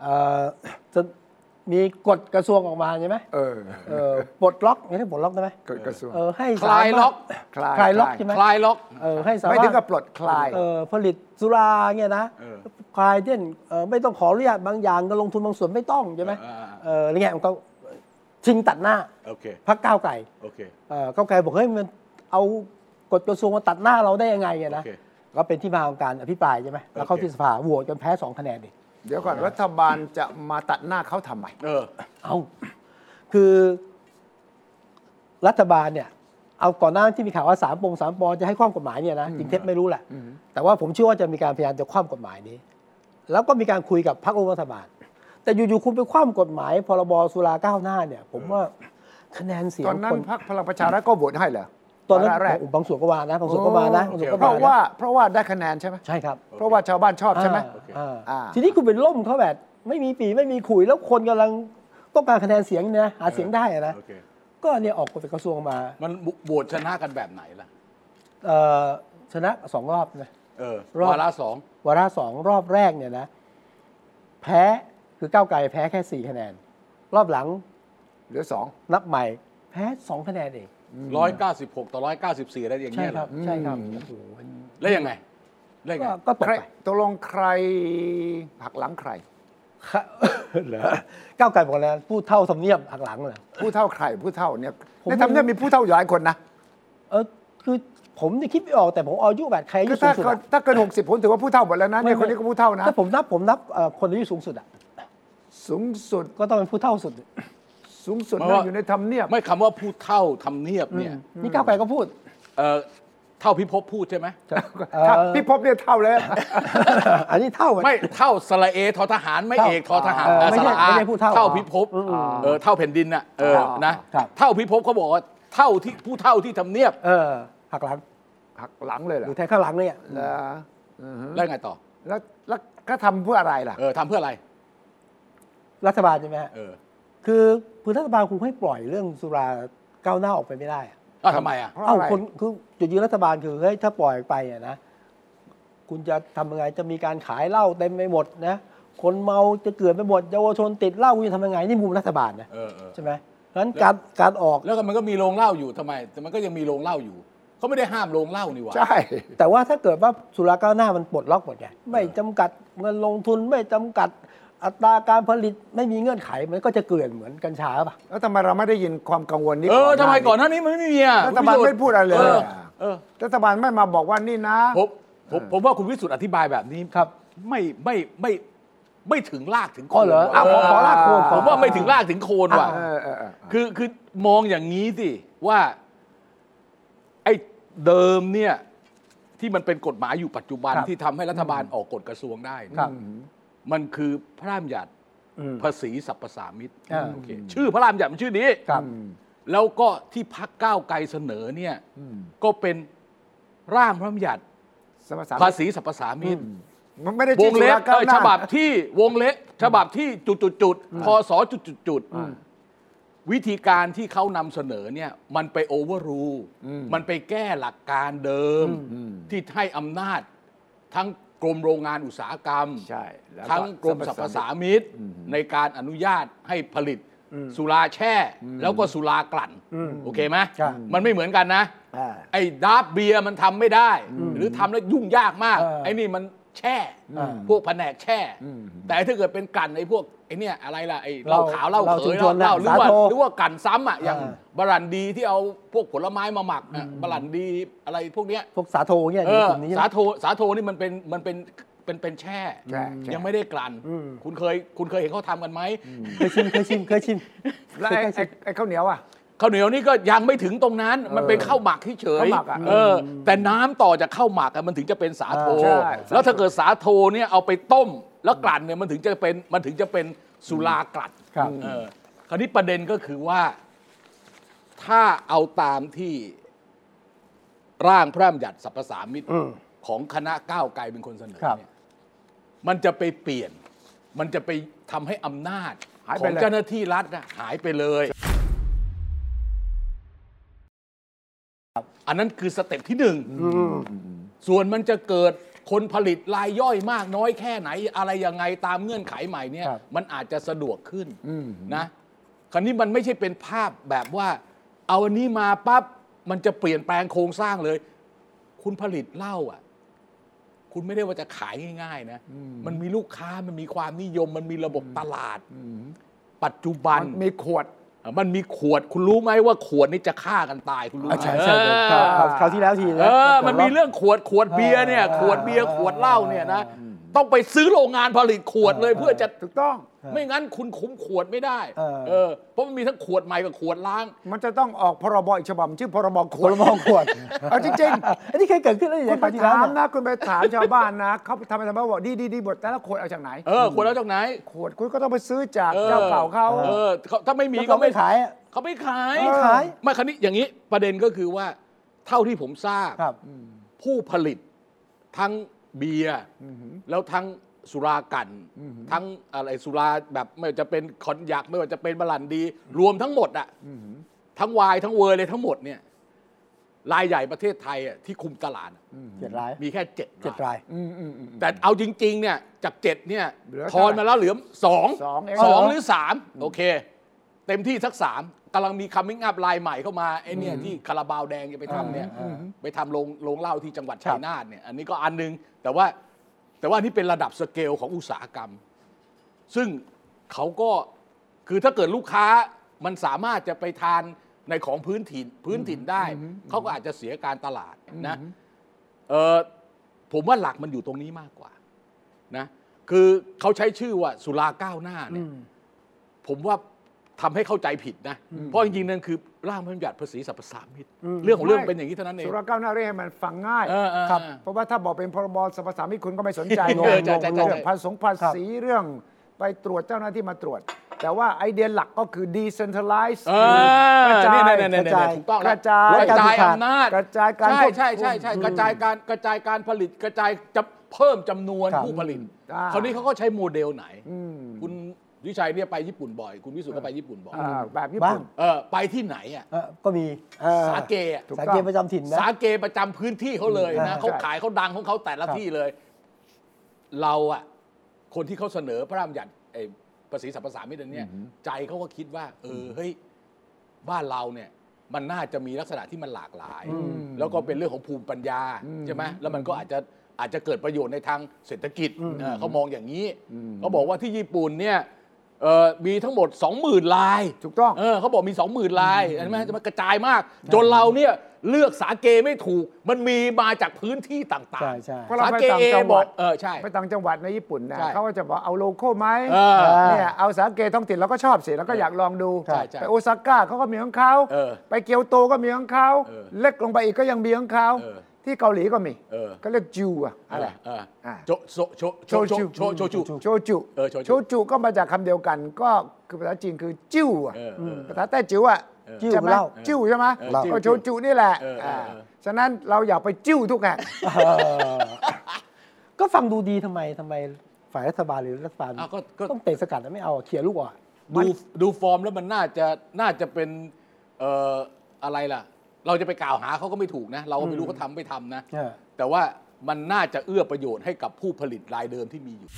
S1: เอ่อจะมีกฎกระทรวงออกมาใช่ไหม
S2: เออ
S1: เออปลดล็อกไม่ใช่ปลดล็อกได้ไหม
S2: กฎกระทรวง
S1: เออให้
S3: คลายล็อก
S2: คลาย
S1: คลายล็อกใช่ไหม
S3: คลายล็อก
S1: เออให้สามารถ
S2: ไม่ถึงกับปลดคลาย
S1: เออผลิตสุราเงี้ยนะ
S3: เออ
S1: คลายเช่นเออไม่ต้องขออนุญาตบางอย่างก็ลงทุนบางส่วนไม่ต้องใช่ไหม
S3: เออเออเออ
S1: เอออะไรเงี้ยมันก็ชิงตัดหน้า
S3: โอเค
S1: พักก้าวไก่
S3: โอเค
S1: เอ่อก้าวไกลบอกเฮ้ยมันเอากฎกระทรวงมาตัดหน้าเราได้ยังไงอะนะ
S3: โอเค
S1: ก็เป็นที่มาของการอภิปรายใช่ไหมแล้วเข้า
S3: โอเค
S1: ที่สภาโหวตกันแพ้สองคะแนนดิ
S2: เดี๋ยวก่อนรัฐบาลจะมาตัดหน้าเขาทำไม
S3: เออ
S1: เอา คือรัฐบาลเนี่ย เอาก่อนหน้าที่มีข่าวว่าสามปงสามปอจะให้คว่ำกฎหมายเนี่ยนะจริงเท็จไม่รู้แหละแต่ว่าผมเชื่อว่าจะมีการพยายามจะคว่ำกฎหมายนี้ แล้วก็มีการคุยกับพรรคร่วมรัฐบาล แต่อยู่ๆคุณไปคว่ำกฎหมายพรบสุราก้าวหน้าเนี่ย ผมว่าคะแนนเสียง
S2: ตอนนั้
S1: คน
S2: พรรคพลังประชารัฐก็โหวตให้เหรอ
S1: ตอนนั้น
S2: วาระแรก
S1: บางส่วนก็ว่านะบางส่วนก็มานะบางส่วนก็
S2: เพ
S1: มา
S2: ราะ
S1: นะ
S2: ว่าเพราะว่าได้คะแนนใช่ไหม
S1: ใช่ครับ
S2: เพราะว่าชาวบ้านชอบใช่ไหม
S1: อ่า
S2: อ่า
S1: ทีนี้คุณไปล่มเขาแบบไม่มีปีไม่มีขุยแล้วคนกำลังต้องการคะแนนเสียงเนี่ยนะหาเสียงได้อะนะ
S3: โอเค
S1: ก็เนี่ยออกกฎเป็นกระทรวงมา
S3: มันโหวตชนะกันแบบไหนล่ะ
S1: เอ่อชนะสองรอบนะ
S3: เออ
S1: รอบ
S3: วาระสอง
S1: วาระสองรอบแรกเนี่ยนะ แพ้คือก้าวไกลแพ้แค่สี่คะแนน รอบหลัง
S2: เหลือสอง
S1: นับใหม่ แพ้สองคะแนนเอง
S3: ร้อยเก้าสิบหกต่อร้อยเก้าสิบสี่อะไรอย่าง
S1: ใช่
S3: เงี้ย
S1: ค
S3: เหร
S1: รั
S3: อบ
S1: ใช่ครับโอ้โห
S3: แล้วยังไงแล้วยังไง
S1: ก็ก็ตก
S2: ใคร
S1: ไป
S2: ตกลงใครหักหลังใคร
S1: ค่ะ เหรอ ก้าวไกลบอกแล้วพูดเท่าทำเนียบหักหลังเหรอ
S2: ผู้เท่าใครผู้เท่าเนี่ย
S1: ผม
S2: ในทำเนี่ย
S1: ไม่
S2: มีผู้เท่าอยู่หลายคนนะ
S1: เออคือผมเนี่ยคิดไม่ออกแต่ผมอายุแบบใครอายุ
S2: คือ
S1: สู
S2: ถ้าง
S1: สุด
S2: เกิน
S1: อะ
S2: ถ้าเกินหกสิบผมถือว่าผู้เท่าหมดแล้วนะเนี่ยคนนี้ก็ผู้เท่านะ
S1: ถ้าผมนับผมนับเอ่อคนอายุสูงสุดอ่ะ
S2: สูงสุด
S1: ก็ต้องเป็นผู้เท่าสุด
S2: สูงสุด
S3: เพราะ
S2: นะ
S3: ว่า
S2: อยู่ในทำเนียบ
S3: ไม่คำว่าผู้เท่าทำเนียบเนี่ย
S1: นี่ก้าวไกลก็พูด
S3: เออเท่าพิภพพูดใช่ไหม
S1: เอ่อ
S2: ถ้าพี่พบเนี่ยเท่าแล้ว
S1: อันนี้เท่าอะ
S3: ไม่เท่าสระเอทอทหารไม่
S1: เท่า
S3: เอกทอทหาร
S1: เออ
S3: เอ่อ
S1: ไม่
S3: ส
S1: ใช่
S3: ระอา
S1: ไม่ใช่ผู้เท่า
S3: เท่าพิภพเออเท่าแผ่นดินน่ะเออ
S2: อ๋อ
S3: นะครับ เท่าพิภพเขาบอกว่าเท่าที่ผู้เท่าที่ทำเนียบ
S1: เออหักหลัง
S2: หักหลังเลยเหร
S1: ห
S2: อ
S1: รือแทงข้างหลังเนี่ย
S2: เหรออือฮึ
S3: แล้วไงต่อ
S2: แล้วแล้วก็ทำเพื่ออะไรล่ะ
S3: เออทำเพื่ออะไร
S1: รัฐบาลใช่ไหมฮะ
S3: เออ
S1: คือคือรัฐบาลคงให้ปล่อยเรื่องสุราก้าวหน้าออกไปไม่ได้อะ
S3: เอ้าทำไมอ่ะ
S2: เพราะ
S1: เอ้า
S2: อะไร
S1: คนคือจุดยืนรัฐบาลคือเฮ้ยถ้าปล่อยไปอะนะคุณจะทำยังไงจะมีการขายเหล้าเต็มไปหมดนะคนเมาจะเกิดไปหมดเยาวชนติดเหล้าคุณจะทำยังไงนี่มุมรัฐบาลนะ
S3: เออเออ
S1: ใช่ไหมเพราะฉะนั้นการการออก
S3: แล้วก็มันก็มีโรงเหล้าอยู่ทำไม แต่มันก็ยังมีโรงเหล้าอยู่เขาไม่ได้ห้ามโรงเหล้านี่หว่า
S2: ใช่
S1: แต่ว่าถ้าเกิดว่าสุราก้าวหน้ามันปลดล็อกหมดไงไม่จำกัดเงินลงทุนไม่จำกัดอัตราการผลิตไม่มีเงื่อนไขมันก็จะเกลื่อนเหมือนกัญชาป่ะ
S2: แล้วทำไมเราไม่ได้ยินความกังวลนี้
S3: เออ
S2: หา
S3: ทำไมก่อนหน้านี้มันไม่มีอ่ะ
S2: รัฐบาล
S3: คุณ
S2: ไม่
S3: วิโรจน์
S2: พูดอะไรเลย
S3: เออ
S2: อ่ะ
S3: เออ
S2: รัฐบาลไม่มาบอกว่านี่นะ
S3: ผมผมผมว่าคุณวิสุทธ์อธิบายแบบนี้
S1: ครับ
S3: ไม่ไม่ไม่ไม่ถึงลากถึงโค
S1: ก็
S3: น
S1: เหรออ่ะขอ
S3: ว่ะ
S1: ขอลากโคนข
S3: ผ
S1: อ
S3: มว่าไม่ถึงลากถึงโคนว่ะ
S2: เออเออเออ
S3: คือคือมองอย่างนี้สิว่าไอ้เดิมเนี่ยที่มันเป็นกฎหมายอยู่ปัจจุบัน
S1: ครับ
S3: ที่ทำให้รัฐบาลออกกฎกระทรวงได้เนี่ย
S1: ครับ
S3: มันคือพระราชบัญญัติ
S1: อืม
S3: ภาษีสรรพสามิต
S1: อ่า
S3: โอเคชื่อพระราชบัญญัติมันชื่อนี้
S1: ครับ
S3: แล้วก็ที่พักก้าวไกลเสนอเนี่ยก็เป็นร่างพระบัญญัติ
S2: สมรสา
S3: ภา
S2: มิต
S3: ษีสรรพสามิต
S2: มันไม่ได้
S3: ว
S2: ชี้
S3: งเล็
S2: จุ
S3: บ
S2: ดก้าวห
S3: เอ้ย
S2: น้า
S3: ฉบับที่วงเล็บฉบับที่จุดจุดจุดๆๆพศจุดจุดจุดๆๆวิธีการที่เขานำเสนอเนี่ยมันไปโอเวอร์รูมันไปแก้หลักการเดิมที่ให้อำนาจทั้งกรมโรงงานอุตสาหกรรม
S2: ใช่แล้ว
S3: ทั้งกรมสรรพสามิตในการอนุญาตให้ผลิตสุราแช่ แล้วก็สุรากลั่น โอเคไหม
S1: ครับ
S3: มันไม่เหมือนกันนะ
S2: อ่า
S3: ไอ้ดาร์ฟเบียร์มันทำไม่ได้ หรือทำแล้วยุ่งยากมาก
S1: เออ
S3: ไอ้นี่มันแช่
S1: อืม
S3: พวกแผนกแช่ แต่ถ้าเกิดเป็นกลั่นไอ้พวกไอ้เนี่ยอะไรล่ะไอ้เหล้าขาวเห
S1: เห
S3: ล้า
S1: ล้า
S3: เขย
S1: เหล้าชุมชน
S3: เหล้าเหล้าหรือ
S1: สา
S3: ว่า
S1: โท
S3: หรือว่ากลั่นซ้ำอ่ะอย่าง
S1: เออ
S3: บารันดีที่เอาพวกผลไม้มาหมักอะบารันดีอะไรพวกเนี้ย
S1: พวกสาโทเนี่ย
S3: เอ
S1: ใน
S3: อก
S1: ลุ่มนี้ใช่ไห
S3: สาม โทสาโทนี่มันเป็นมันเป็นเป็นเป็นแช่
S2: แช่แช่
S3: ยังไม่ได้กลั่นคุณเคยคุณเคยเห็นเขาทำกันไหม
S1: เคยชิมเคยชิมเคยชิม
S2: แล้วไอ้ไอ้ไอ้ข้าวเหนียวอ่ะ
S3: ข้าวเหนียวนี่ก็ยังไม่ถึงตรงนั้น มันเป็นข้าวหมักที่เฉย
S2: ข้าวหมักอะ
S3: เออ แต่น้ำต่อจากข้าวหมักอะมันถึงจะเป็นสาโท
S2: ใช่
S3: แล้วถ้าเกิดสาโทเนี่ยเอาไปต้ม แล้วกลั่นเนี่ยมันถึงจะเป็นมันถึงจะเป็นสุรากลั่น
S1: ครับ
S3: เออคราวนี้ประเด็นก็คือว่า ถ้าเอาตามที่ร่างพระราชบัญญัติสรรพสามิต
S1: อืม
S3: ของคณะก้าวไกลเป็นคนเสนอ
S1: ครับ
S3: เนี่ย มันจะไปเปลี่ยน มันจะไปทำให้อำนาจ
S2: หาย
S3: ข
S2: ไป
S3: อง
S2: เลย
S3: เจ้าหน้าที่รัฐน่ะหายไปเลย อันนั้นคือสเต็ปที่หนึ่ง ส่วนมันจะเกิดคนผลิตรายย่อยมากน้อยแค่ไหน อะไรยังไงตามเงื่อนไขใหม่เนี่ย
S1: ครับ
S3: มันอาจจะสะดวกขึ้นนะ คราวนี้มันไม่ใช่เป็นภาพแบบว่า เอาอันนี้มาปั๊บมันจะเปลี่ยนแปลงโครงสร้างเลย คุณผลิตเหล้าอ่ะ คุณไม่ได้ว่าจะขายง่าย ๆ นะ มันมีลูกค้ามันมีความนิยม มันมีระบบตลาดปัจจุบัน
S2: มันมีขวด
S3: มันมีขวด คุณรู้ไหมว่าขวดนี่จะฆ่ากันตายคุณรู้ไหม
S1: ใช่ใช่
S3: เออ
S1: คราวคราวที่แล้วที
S3: เอ
S1: นะ
S3: อ มันมีเรื่องขวดขวดเบียร์เนี่ย ขวดเบียร์ขวดเหล้าเนี่ยนะ ต้องไปซื้อโรงงานผลิตขวดเลยเพื่อจะ
S2: ถูกต้อง
S3: ไม่งั้นคุณคุ้มขวดไม่ได้
S1: เออ
S3: เออเพราะมันมีทั้งขวดใหม่กับขวดล้าง
S2: มันจะต้องออกพรบอีกฉบับชื่อพรบข
S1: คว
S2: ด
S1: นละมองขวด
S2: เอาจริง
S1: อันนี้เคยเกิดขึ้นแล้วอ
S2: ๆคุ
S1: ย่าง
S2: ณไป
S1: ปีที่แล้ว
S2: ถาม
S1: เนี่ย
S2: นะคุณไปถามชาวบ้านนะเขาทำไปทำมาบอกดีดีดีหมดแต่ละขวดเอาจากไหน
S3: เออขวดแล้วจากไหน
S2: ขวดคุณก็ต้องไปซื้อจาก
S3: เออ
S2: เจ้าเก่าเขา
S3: เออเขาถ้าไม่มี
S1: แล้ว
S3: ก็
S1: เขาไม่ขายอะ
S3: เขาไม่ขาย
S1: ไม่ขาย
S3: ไม่คันนี้อย่างนี้ประเด็นก็คือว่าเท่าที่ผมทราบ
S1: ครับ
S3: ผู้ผลิตทั้งเบียร์แล้วทั้งสุรากันทั้งอะไรสุราแบบไม่ว่าจะเป็นคอนยักไม่ว่าจะเป็นบาลันดี รวมทั้งหมดอะทั้งไวายทั้งเวอร์เลยทั้งหมดเนี่ยรายใหญ่ประเทศไทยอะที่คุมตลาดอะ
S1: เจ็ดราย
S3: มีแค่เจ็ด
S1: เจ็ด
S3: รา
S1: รา
S3: ย
S1: ย
S3: แต่เอาจริง ๆ เนี่ยจากเจ็ดเนี่ย
S2: เหลือ
S3: ทอนมาแล้วเหลือสอง
S2: สองเอง
S3: สอง
S1: เหรอ
S3: หรือสามโอเค เต็มที่สักสามกำลังมีคัมมิ่งอัพลายใหม่เข้ามาไอ้เนี่ยที่คาราบาวแดงจะไปทำเนี่ย
S1: อ่า
S3: ไปทำโรงโรงเหล้าที่จังหวัด
S1: ครับ
S3: ชัยนาทเนี่ยอันนี้ก็อันนึง แต่ว่าแต่ว่านี่เป็นระดับสเกลของอุตสาหกรรม ซึ่งเขาก็คือถ้าเกิดลูกค้ามันสามารถจะไปทานในของพื้นถิ่นพื้นถิ่นได้ เขาก็อาจจะเสียการตลาดนะเออผมว่าหลักมันอยู่ตรงนี้มากกว่านะคือเขาใช้ชื่อว่าสุราก้าวหน้าเนี่ย ผมว่าทำให้เข้าใจผิดนะ เพราะจริงๆนั่นคือร่างพระราชบัญญัติภาษีสรรพสามิตเรื่องของเรื่องเป็นอย่างนี้เท่านั้นเอง
S2: สุราก้าวหน้าเรียกให้มันฟังง่าย
S3: เออเออ
S1: ครับ
S2: เพราะว่าถ้าบอกเป็นพรบสรรพสามิตคุณก็ไม่สนใจ
S3: เออใช่ใช่ใช่
S2: เรื่องภาษงภาษีเรื่องไปตรวจเจ้าหน้าที่มาตรวจ แต่ว่าไอเดียหลักก็คือ decentralize
S3: เออก
S2: ระจาย
S3: เนี่ยเนี่ย
S1: กระจาย
S3: ถูกต้องแล้ว
S2: กระจาย
S3: กระจายอำนาจ
S2: กระจายการ
S3: ใช่
S2: ควบคุม
S3: ใช่ใช่ใช่กระจายการกระจายการผลิตกระจายจะเพิ่มจำนวน
S1: ครับ
S3: ผู้ผลิต
S2: อ่า
S3: คราวนี้เขาก็ใช้โมเดลไหน คุณวิชัยเนี่ยไปญี่ปุ่นบ่อย คุณวิสุทธ์ก็ไปญี่ปุ่นบ่อย
S2: อ่าแบบญี่
S1: บ้า
S2: ปุ่น
S1: ง
S3: เออไปที่ไหนอ่ะ
S1: เออก็มีเออ
S3: สาเกอะ
S2: ถูก
S1: สาเกประจำถิ่นนะ
S3: สาเกประจำพื้นที่เขาเลย
S1: อืม
S3: นะ
S1: อ่า
S3: เขา
S2: ใช่
S3: ขายเขาดังของเขาแต่ละ
S1: ครับ
S3: ที่เลย เราอะคนที่เขาเสนอพระราชบัญญัติไอ้ภาษีสรรพสามิตอันเนี่ย ใจเขาก็คิดว่า เออเฮ้ยบ้านเราเนี่ย มันน่าจะมีลักษณะที่มันหลากหลาย แล้วก็เป็นเรื่องของภูมิปัญญาใช่ไหมแล้วมันก็อาจจะอาจจะเกิดประโยชน์ในทางเศรษฐกิจเออเขามองอย่างนี้เขาบอกว่าที่ญี่ปุ่นเนี่ยเอ่อมีทั้งหมด 20,000ลาย
S2: ถูกต้อง
S3: เออเขาบอกมี 20,000ลายใช่ไหมจะมากระจายมาก จนเราเนี่ยเลือกสาเกไม่ถูก มันมีมาจากพื้นที่ต่าง
S1: ใช่ใช่
S3: ๆ
S2: เพราะเรา
S3: สา
S2: ไป
S3: เก
S2: ต่าง
S3: เอ
S2: จังห
S3: บ
S2: วั
S3: อ
S2: ด
S3: กเออใช่
S2: ไปต่างจังหวัดในญี่ปุ่นนะ
S3: ใช่
S2: เขาก็จะบอกเอาโลโก้ไหม
S3: เออ
S2: เนี่ยเอาสาเกท้องถิ่นเราก็ชอบสิเราก็อยากลองดู
S3: ใช่ใช่
S2: ไปโอซาก้าเขาก็มีของเขา
S3: เออ
S2: ไปเกียวโตก็มีของเขา
S3: เออ
S2: เล็กลงไปอีกก็ยังมีของเขา
S3: เออ
S2: ที่เกาหลีก็มี
S3: เออ
S2: ก็เรียกจูอะอะไร
S3: เออ
S2: อ่า
S3: โจโซโชโชโชโชโชจู
S2: โชจุ
S3: เออโชจุ
S2: จุก็มาจากคำเดียวกัน ก็คือภาษาจีนคือจิ้วอะ
S3: เออเออ
S2: ภาษาใต้จิ๋วอ่ะ
S1: จิ้ว
S2: ใช่ไหม
S1: เหล้า
S2: จิ้วใช่ไหม
S3: เออจิ้ว
S2: ก็โชจุนี่แหละ
S3: เอออ่
S2: า
S3: เออ
S2: ฉะนั้นเราอย่าไปจิ้วทุกแห่ง
S1: เออก็ฟังดูดีทำไมทำไมฝ่ายรัฐบาลหรือรัฐบาล
S3: อ้าวก็ก็
S1: ต้องเตะสกัดแล้วไม่เอาอะเคลียร์ลูกอ่ะ
S3: ดูดูฟอร์มแล้วมันน่าจะน่าจะเป็นเอ่ออะไรล่ะ เราจะไปกล่าวหาเขาก็ไม่ถูกนะ เราก็ไม่รู้เขาทำไม่ทำนะ
S1: เออ
S3: แต่ว่ามันน่าจะเอื้อประโยชน์ให้กับผู้ผลิตรายเดิมที่มีอยู่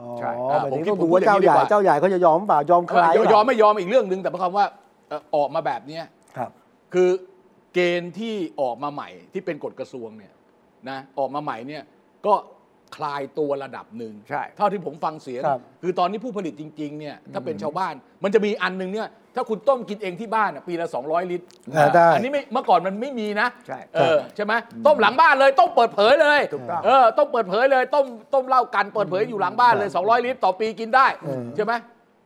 S1: อ๋อ
S2: ใช่
S1: หมายถึง
S3: อ่าผมคิด
S1: ต้องดูว่าเจ้าใหญ่
S3: ผมคิดอย่างนี้ดีกว่า
S1: เจ้าใหญ่เขาจะยอมเปล่ายอมใคร
S3: เออยอม
S1: เปล่า
S3: ไม่ยอมอีกเรื่องหนึ่งแต่หมายความว่าเอ่อออกมาแบบเนี้ย
S1: ครับ
S3: คือเกณฑ์ที่ออกมาใหม่ที่เป็นกฎกระทรวงเนี่ยนะออกมาใหม่เนี่ยก็คลายตัวระดับหนึ่ง
S2: ใช่
S3: เท่าที่ผมฟังเสียง
S1: ครับ
S3: อตอนนี้ผู้ผลิตจริงๆเนี่ยถ้าเป็นชาวบ้าน มันจะมีอันหนึงเนี่ยถ้าคุณต้มกินเองที่บ้านอะปีละ 200 ลิตร
S1: อ่าได้
S3: อันนี้ไม่เมื่อก่อนมันไม่มีนะ
S2: ใช่
S3: เออใช่ไหมต้มหลังบ้านเลยต้มเปิดเผยเลย
S2: ถูกต้อง
S3: เออต้มเปิดเผยเลยต้มต้มเหล้ากันเปิดเผยอยู่หลังบ้านเลย 200 ลิตรต่อปีกินได้ใช่ไหม